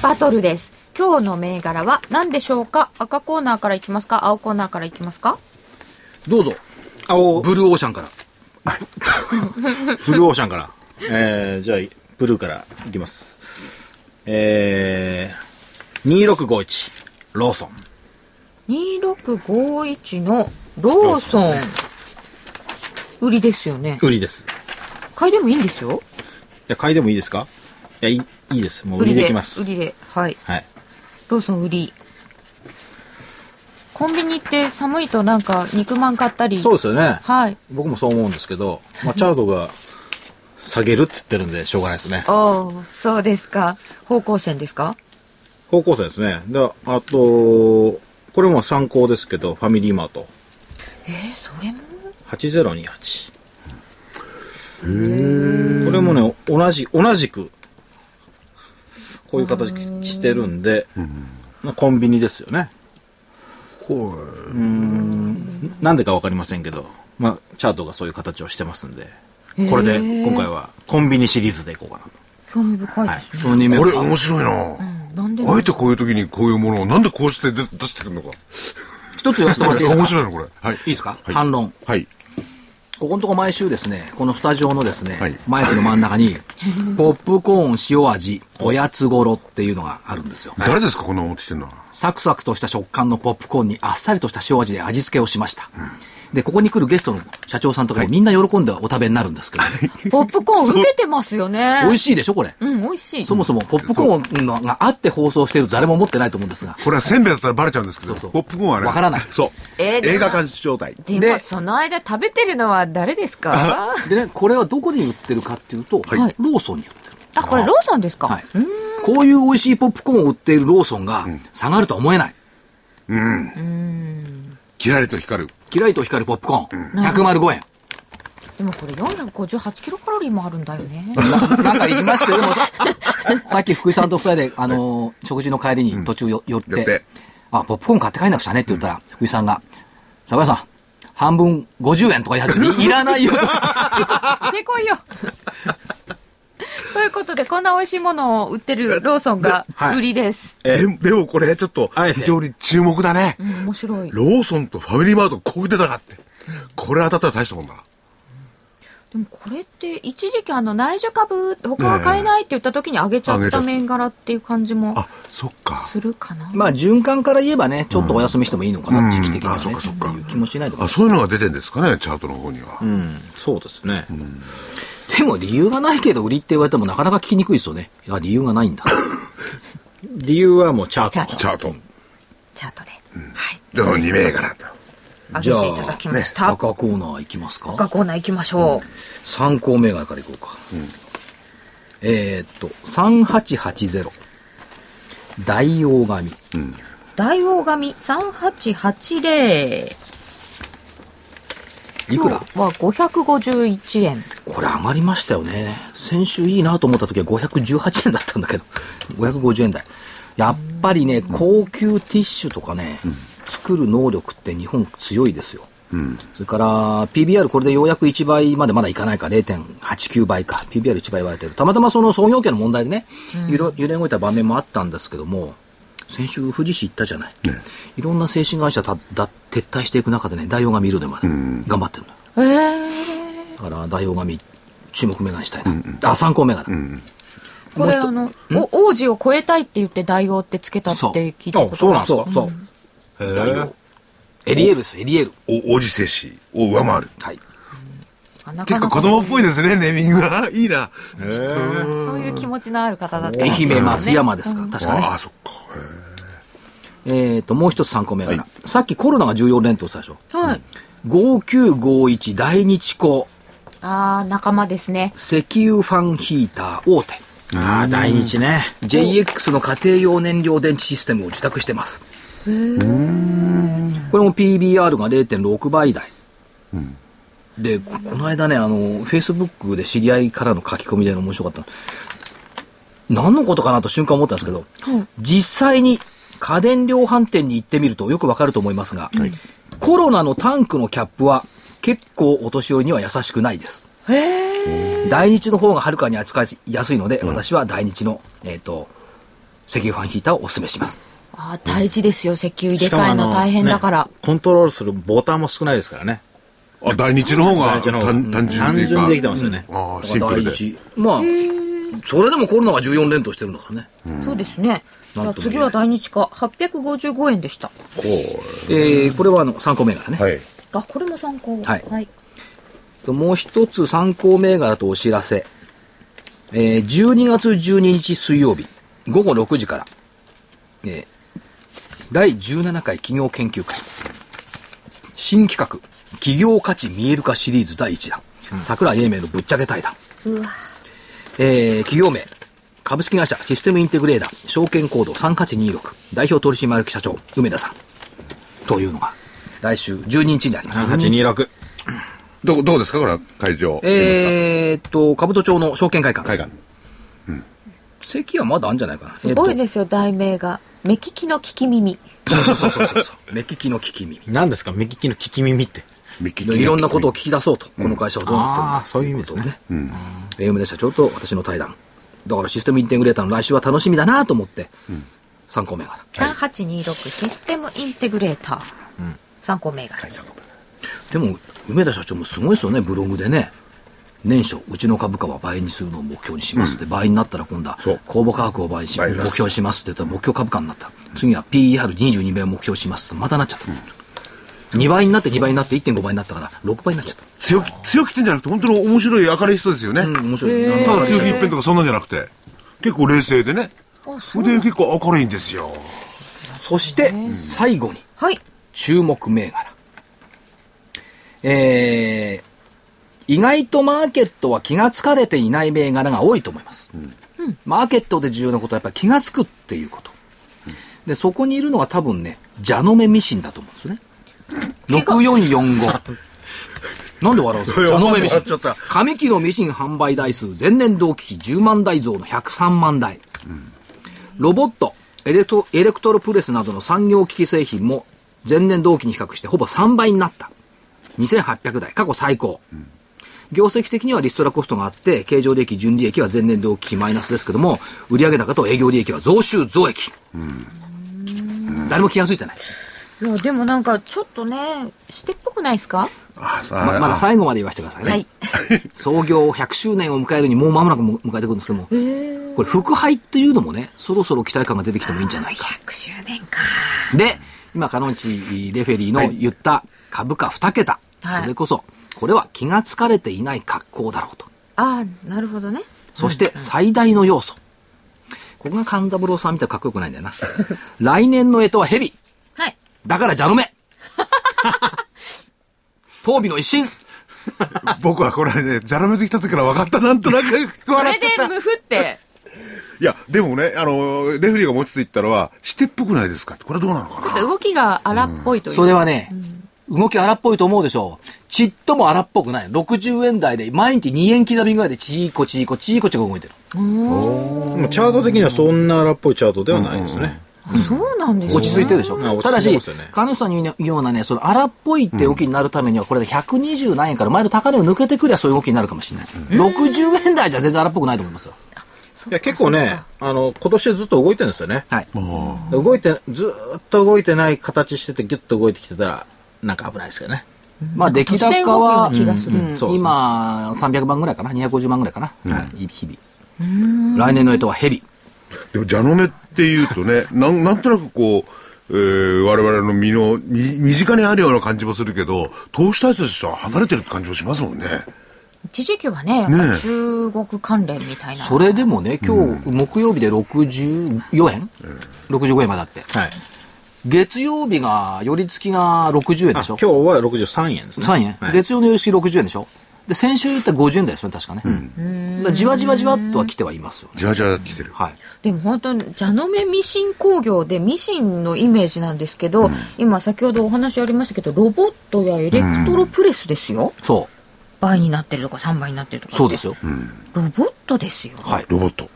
A: バトルです今日の銘柄は何でしょうか赤コーナーからいきますか青コーナーからいきますか
B: どうぞ。ブルーオーシャンから。
G: ブルーオーシャンから。
C: えー、じゃあ、ブルーからいきます。えー、2651、ローソン。
A: 2651のローソン売りですよね
C: 売りです。
A: 買いでもいいんですよ
C: いや、買いでもいいですかいや、いいいいです。もう売りできます。
A: 売りではい
C: はい。
A: ローソン売りコンビニって寒いとなんか肉まん買ったり
C: そうですよね。
A: はい
C: 僕もそう思うんですけど、まあ、チャードが下げるって言ってるんで、しょうがないですね。
A: おおそうですか方向線ですか
C: 方向性ですね。で、あと、これも参考ですけど、ファミリーマート。
A: えー、それも
C: 8028。これもね、同じ、同じく、こういう形してるんで、まあコンビニですよね。
D: こう
C: なんでかわかりませんけど、まあ、チャートがそういう形をしてますんで、これで今回はコンビニシリーズでいこうかなと。
A: 興味深いですね、
B: その2名
D: これ面白いな、
A: なんで
D: あえてこういう時にこういうものをなんでこうして出出してくるのか
B: 一つ言わせてもらっていいですか
D: 面白いのこれはいい
B: いいですか、
D: はい
B: 反論。
D: はい
B: ここのとこ毎週ですね、このスタジオのですね、
D: はい
B: マイクの真ん中に、ポップコーン塩味、おやつごろっていうのがあるんですよ。
D: 誰ですかこんなの持ってきてんのは
B: サクサクとした食感のポップコーンにあっさりとした塩味で味付けをしました。で、ここに来るゲストの社長さんとかもみんな喜んでお食べになるんですけど、
A: ポップコーン受けてますよね
B: 美味しいでしょ、これ。
A: うん美味しい
B: そもそもポップコーンのがあって放送してると誰も思ってないと思うんですが。
D: これはせんべいだったらバレちゃうんですけど
B: そう
D: ポップコーンはね
B: わからない
D: そう、
A: えーでも
D: 映画館状態
A: でも
B: で
A: その間食べてるのは誰ですか
B: でね、これはどこに売ってるかっていうと、
D: はい
B: ローソンに売ってる。
A: あこれローソンですか、
B: はい。こういう美味しいポップコーンを売っているローソンが下がるとは思えない。
D: キラリと光る
B: キラリと光るポップコーン、105円。
A: でもこれ458キロカロリーもあるんだよ ね
B: ななんか行きますけ ど、でもさ、さっき福井さんと二人で、あのー食事の帰りに途中よ寄っ
D: 寄って
B: て、あ、ポップコーン買って帰んなくちゃねって言ったら、福井さんが、桜井さん、半分50円とか言い始 めて、いいらないよ。
A: 成功よということでこんな美味しいものを売ってるローソンが
C: はい
A: 売りです、
D: ででもこれちょっと
C: あえて
D: 非常に注目だね
A: うん面白い
D: ローソンとファミリーマートこういう出たかってこれ当たったら大したもんだな
A: でもこれって一時期あの内需株他は買えないって言った時に上げちゃ
D: 上
A: っ
D: げちゃ
A: た
D: った
A: 銘柄っていう感じも
D: あそっか
A: するかな
B: まあ、循環から言えばね、ちょっとお休みしてもいいのかな、時期的には、ね。
D: あそっかそっか
B: っていう気もしないで
D: あそういうのが出てんですかねチャートの方には、
C: うん、そうですね。
B: でも理由がないけど売りって言われてもなかなか聞きにくいですよね。いや、理由がないんだ。
C: 理由はもうチャート。
A: チャート
D: チャート
A: チャートで、はい
D: でも2銘柄と
B: じ
A: 上
B: ゃあ
A: げていただきました、
B: 赤コーナー行きますか
A: 赤コーナー行きましょう、
B: 参考銘柄からいこうか。えーっと、3880。大王神。
A: 大王神3880
B: いくら
A: 今日は551円
B: これ上がりましたよね。先週いいなと思った時は518円だったんだけど、550円台。やっぱりね、高級ティッシュとかね、作る能力って日本強いですよ。それから PBR これでようやく1倍までまだいかないか0.89倍か PBR1 倍言われてるたまたまその創業家の問題でね、揺れ揺れ動いた場面もあったんですけども先週富士市行ったじゃない、いろんな製紙会社ただ撤退していく中でね大王が見るでまで頑張ってるのよ
A: ええ
B: だから大王神注目目がしたいな、あ参考目がだ、
A: これあのお王子を超えたいって言って大王ってつけたって聞いたことがある
B: そうそうそう大王エリエールですよエリエール
D: お王子製紙を上回る
B: はい
A: なか
D: 結
A: な
D: 構
A: か
D: 子供っぽいですねネーミングがいいな
A: そういう気持ちのある方だった
B: 愛媛松山
A: で
B: ですから、確かね
D: ああそっかへえ
B: えーともう一つ参考目が、さっきコロナが14連投したでしょ
A: はい
B: 5951大日光
A: ああ、仲間ですね。
B: 石油ファンヒーター大手。
G: ああ、大日ね。
B: JX の家庭用燃料電池システムを受託してます。これも PBR が0.6倍台。で、ここの間ね、あの、Facebook で知り合いからの書き込みで面白かったの何のことかなと瞬間思ったんですけど、実際に家電量販店に行ってみるとよくわかると思いますが、コロナのタンクのキャップは結構お年寄りには優しくないです。大日の方がはるかに扱いやすいので、私は大日の、えっ、と、石油ファンヒーターをお勧めします。
A: ああ、大事ですよ。石油入
G: し
A: れ
G: かも
A: 替え
G: あ
A: るの大変だから
G: ね。コントロールするボタンも少ないですからね。
D: あ、大日の方が
G: 大日の方が
D: 単単純
G: 単
D: っていうか。
G: 純にできてますよね。
D: ああ、シンプ
B: 大
D: ルで。
B: 日。まあ、それでもコロナは14連投してるんだからね。
A: そうですね。じゃ
B: な
A: あ
B: んとも言えない
A: 次は大日か。855円でした。
B: えーこれはあの参考銘柄ね。
D: はい。
A: あ、これも参考。
B: はい
A: はい。
B: もう一つ参考銘柄とお知らせ。えー12月12日水曜日、午後6時から、えー第17回企業研究会、新企画、企業価値見える化シリーズ第1弾、桜井英明のぶっちゃけ対談。えー企業名、株式会社システムインテグレーダー、証券コード3826、代表取締役社長、梅田さん。というのが、来週12日にあります。
G: 3826。
D: どこ、どこですかこれは会場。
B: えーっと、兜町の証券会館。
D: 海岸。
B: 席はまだあるんじゃないかな。
A: すごい
B: ね。
A: ですよ、題名が。目利きの聞き耳。
B: そうそうそうそうそう。目利きの利き耳。
G: 何ですか右利きの利き耳って。
D: ミッキー
B: いろんなことを聞き出そうと、この会社はどうなってるの
G: あ
B: か
G: あ、そういう意味ですね。
B: ね。えー梅田社長と私の対談。だからシステムインテグレーターの来週は楽しみだなと思って、参考銘柄。
A: 3826システムインテグレーター。参考銘柄。
B: でも、梅田社長もすごいですよね、ブログでね。年初、うちの株価は倍にするのを目標にしますって、倍になったら今度は
D: そう、
B: 公募価格を倍にし、目
D: 倍だ
B: 標にしますって言ったら目標株価になった。次は PER22 倍を目標しますって、またなっちゃった。2倍になって2倍になって1.5倍になったから、6倍になっちゃった。
D: 強気、強気ってんじゃなくて、本当に面白い明るい人ですよね。
B: うん、面白いね。
D: ただ強気一辺とかそんなんじゃなくて、結構冷静でね。それで結構明るいんですよ。
B: そして、最後に、
A: はい。
B: 注目銘柄。えー、意外とマーケットは気がつかれていない銘柄が多いと思います。マーケットで重要なことはやっぱり気がつくっていうこと。で、そこにいるのが多分ね、蛇の目ミシンだと思うんですよね。6445。なんで笑うんです か蛇の目ミシン。
D: ちょっと
B: 紙機のミシン販売台数前年同期比10万台増の103万台。ロボット、エレトエレクトロプレスなどの産業機器製品も前年同期に比較してほぼ3倍になった。2800台、過去最高。業績的にはリストラコストがあって、経常利益、純利益は前年同期比マイナスですけども、売上高と営業利益は増収増益。誰も気が付いてない。
A: いや、でもなんか、ちょっとね、してっぽくないですか
D: ああ、
B: ままだ最後まで言わせてくださいね。
A: はい。
B: 創業100周年を迎えるにもう間もなくも迎えてくるんですけども、これ、副配っていうのもね、そろそろ期待感が出てきてもいいんじゃないか。
A: 100周年か。
B: で、今、カノンチレフェリーの言った株価2桁。
A: はい
B: それこそ、これは気がつかれていない格好だろうと。
A: ああ、なるほどね。
B: そして、最大の要素。ここが勘三郎さん見たらかっこよくないん だよな。来年の干支は蛇。
A: はい。
B: だから蛇の 目。当備の一心。
D: 僕はこれね、じゃらめてきた時から分かった、なんとな く
A: こ
D: 笑
A: れ
D: っちゃ
A: で
D: っ、た。
A: 無フって。
D: いや、でもね、あの、レフェリーがもうちょっと言ったのは、してっぽくないですかってこれはどうなの
A: ちょっ
D: か
A: と動きが荒っぽいという。
B: それはね、動き荒っぽいと思うでしょう。ちっとも荒っぽくない。60円台で、毎日2円刻みぐらいで、ちーこちーこちーこちーこ動いてる。
C: でもチャート的にはそんな荒っぽいチャートではないですね。
A: そうなんですね
B: 落ち着いてるでし
C: うん
B: ょ。
C: 落
B: ただ
C: ち着いて
B: し
C: ますよね、
B: 彼女さんのようなね、その荒っぽいって動きになるためには、これで120何円から前の高値を抜けてくりゃそういう動きになるかもしれない。60円台じゃ全然荒っぽくないと思いますよ。
C: いや結構ね、あの、今年ずっと動いてるんですよね。
B: はい。
C: 動いて、ずーっと動いてない形しててギュッと動いてきてたら、なんか危ないですよね。
B: まあ、出来高は、
A: 突然動くような気がする
B: うん
C: そうそう
B: 今、300万ぐらいかな。250万ぐらいかな。はい日々。来年の干支はヘビ。
D: な。でも、じゃのめっていうとね、 なんなんとなくこう、えー、我々の身の、み身近にあるような感じもするけど、投資対象としては離れてるって感じもしますもんね。
A: 一時期はね、やっ
D: ね
A: ぱ
D: え
A: 中国関連みたいな。
B: それでもね、今日、木曜日で64円 ?65 円まであって。
C: はい。
B: 月曜日が、寄り付きが60円
C: あ
B: でし
C: 今
B: ょ
C: 日は63円ですね。
B: 3円、
C: はい
B: 月曜の寄り付き60円でしょで先週言った50円台ですよね確かね、だからじわじわじわっとは来てはいますよね
D: じわじわ来てる。
B: はい
A: でも本当に蛇の目ミシン工業でミシンのイメージなんですけど、今先ほどお話ありましたけどロボットやエレクトロプレスですよ、
B: そ
A: 倍になってるとか3倍になってるとか
B: うそうです
A: よ
B: よ、
A: ロボットですよ、
B: はい
D: ロボット。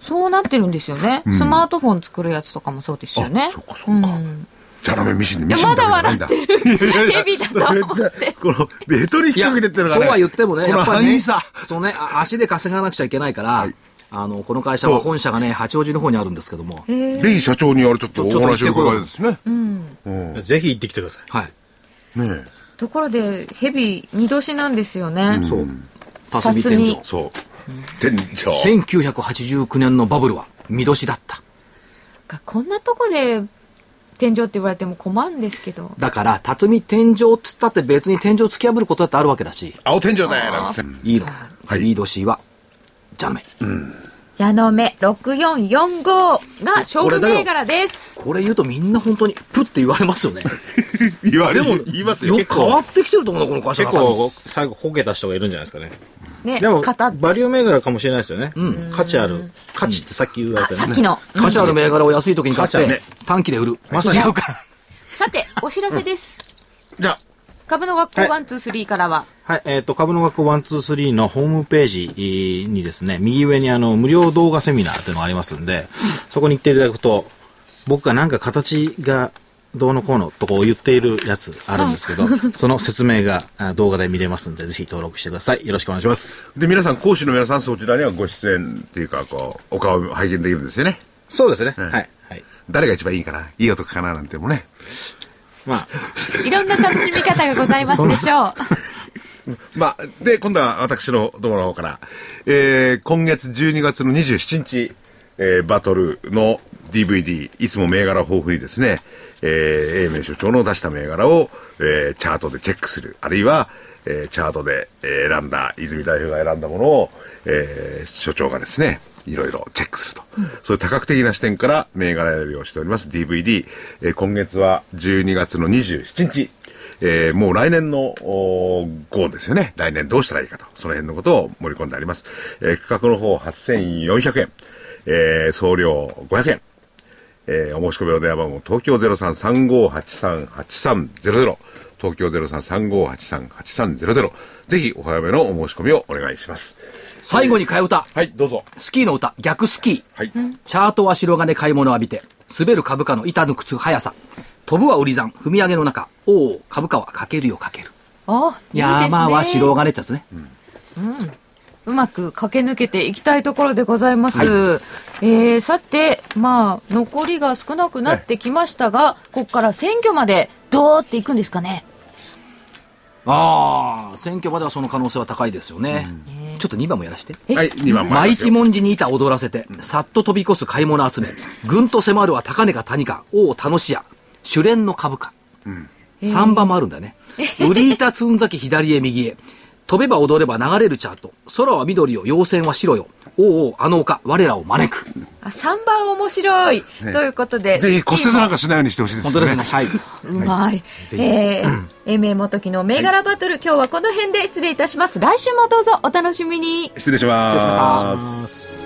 A: そうなってるんですよね、スマートフォン作るやつとかもそうですよね
D: あそっかそっか
A: ん
D: じゃらめミシンでミ
A: い
D: シ
A: や
D: ン
A: まだ
D: だけじゃないんだ。
A: ヘビだ と 思って
D: めっちゃこの、ベトに引っ掛けてってるのが
B: そう
D: ね。
B: は言ってもね、
D: こ
B: や
D: の
B: っぱ
D: ハ
B: り
D: ニー
B: ね、
D: さ。
B: そうね、あ足で稼がなくちゃいけないから、あの、この会社は本社がね、八王子の方にあるんですけども、
D: レイ社長にあれちょっとお話を伺いですね。
G: ぜひ行ってきてください。
B: はい。
D: ね
A: ところでヘビ二度死なんですよね、
B: そう。たすび天井
D: え。。そう。店長。
B: 1989年のバブルは、見年だった。
A: かこんなとこで天井って言われても困るんですけど
B: だから、辰巳天井っつったって別に天井突き破ることだってあるわけだし、
D: 青天井だよなんつって。
B: いいの。
D: い
B: いい年は、じゃあめ。
A: 蛇の目6445が勝負銘柄です
B: これ言うとみんな本当に、プって言われますよね。
D: 言わ
B: で
D: れ
B: も
D: る、、言います
B: よ
D: よ。
B: 変わってきてると思うな、この会社
G: 結
B: が。
G: 構、最後、こけた人がいるんじゃないですかね。
A: ね
G: でも、
A: 肩
G: バリュー銘柄かもしれないですよね。価値ある。価値ってさっき言われた
A: さ
G: よ
A: っ
G: ね
A: き。の、
B: 価値ある銘柄を安い時に買
G: 価
B: っ
G: 値あ
B: て、
G: るね
B: 短期で売る。ま さに。違うか。
A: さてお知らせです、
D: じゃあ、
A: 株の学校
G: はい
A: ワンツースリーからは、
G: はい、えっ、と、株の学123のホームページえーにですね、右上にあの、無料動画セミナーというのがありますんで、そこに行っていただくと、僕がなんか形がどうのこうのとこを言っているやつあるんですけど、その説明があ動画で見れますんで、ぜひ登録してください。よろしくお願いします。
D: で、皆さん、講師の皆さん、そちらにはご出演っていうか、こう、お顔を拝見できるんですよね。
G: そうですね。
D: ん
G: はい。はい。
D: 誰が一番いいかな、いい男かな、なんてもね。
G: まあ、
A: いろんな楽しみ方がございますでし ょう
D: まあ、で、今度は私のどこの方から、えー、今月12月の27日、えー、バトルの DVD、いつも銘柄豊富にですね、えー、英明所長の出した銘柄を、えー、チャートでチェックする、あるいは、えー、チャートで、えー、選んだ、泉代表が選んだものを、えー、所長がですね、いろいろチェックすると、そういう多角的な視点から銘柄選びをしております DVD、えー、今月は12月の27日、えーもう来年のおー号ですよね。来年どうしたらいいかと、その辺のことを盛り込んであります。えー価格の方8400円、えー送料500円、えーお申し込みの電話番号、東京0335838300、東京0335838300、ぜひお早めのお申し込みをお願いします。
B: 最後に替え歌。
D: はい、どうぞ。
B: スキーの歌、逆スキー。
D: はい。
B: チャートは白金買い物浴びて、滑る株価の板抜くつ速さ。飛ぶは売り算、踏み上げの中。おお、株価はかけるよかける。
A: おいいですね
B: 山は白金ってやつね。
A: うまく駆け抜けていきたいところでございます、えーさてまあ残りが少なくなってきましたが、ここから選挙までどーっていくんですかね
B: ああ、選挙まではその可能性は高いですよね。ちょっと2番もやらして。
A: え
D: はい、2番参
B: 毎
D: ります
B: 日
D: よ
B: 文字に板踊らせて、さっと飛び越す買い物集め。ぐんと迫るは高値か谷か。おお、楽しや。主連の株価。3番もあるんだよね。売り板つんざき左へ右へ。飛べば踊れば流れるチャート。空は緑よ、陽線は白よ。おうおう、あの丘、我らを招く。
A: あ3番面白い、ということで
D: ぜひ骨折なんかしないようにしてほしいですね。
B: 本当ですね。はい。
A: うまい。えー、英明元木の銘柄バトル、今日はこの辺で失礼いたします。来週もどうぞお楽しみに。
D: 失礼します。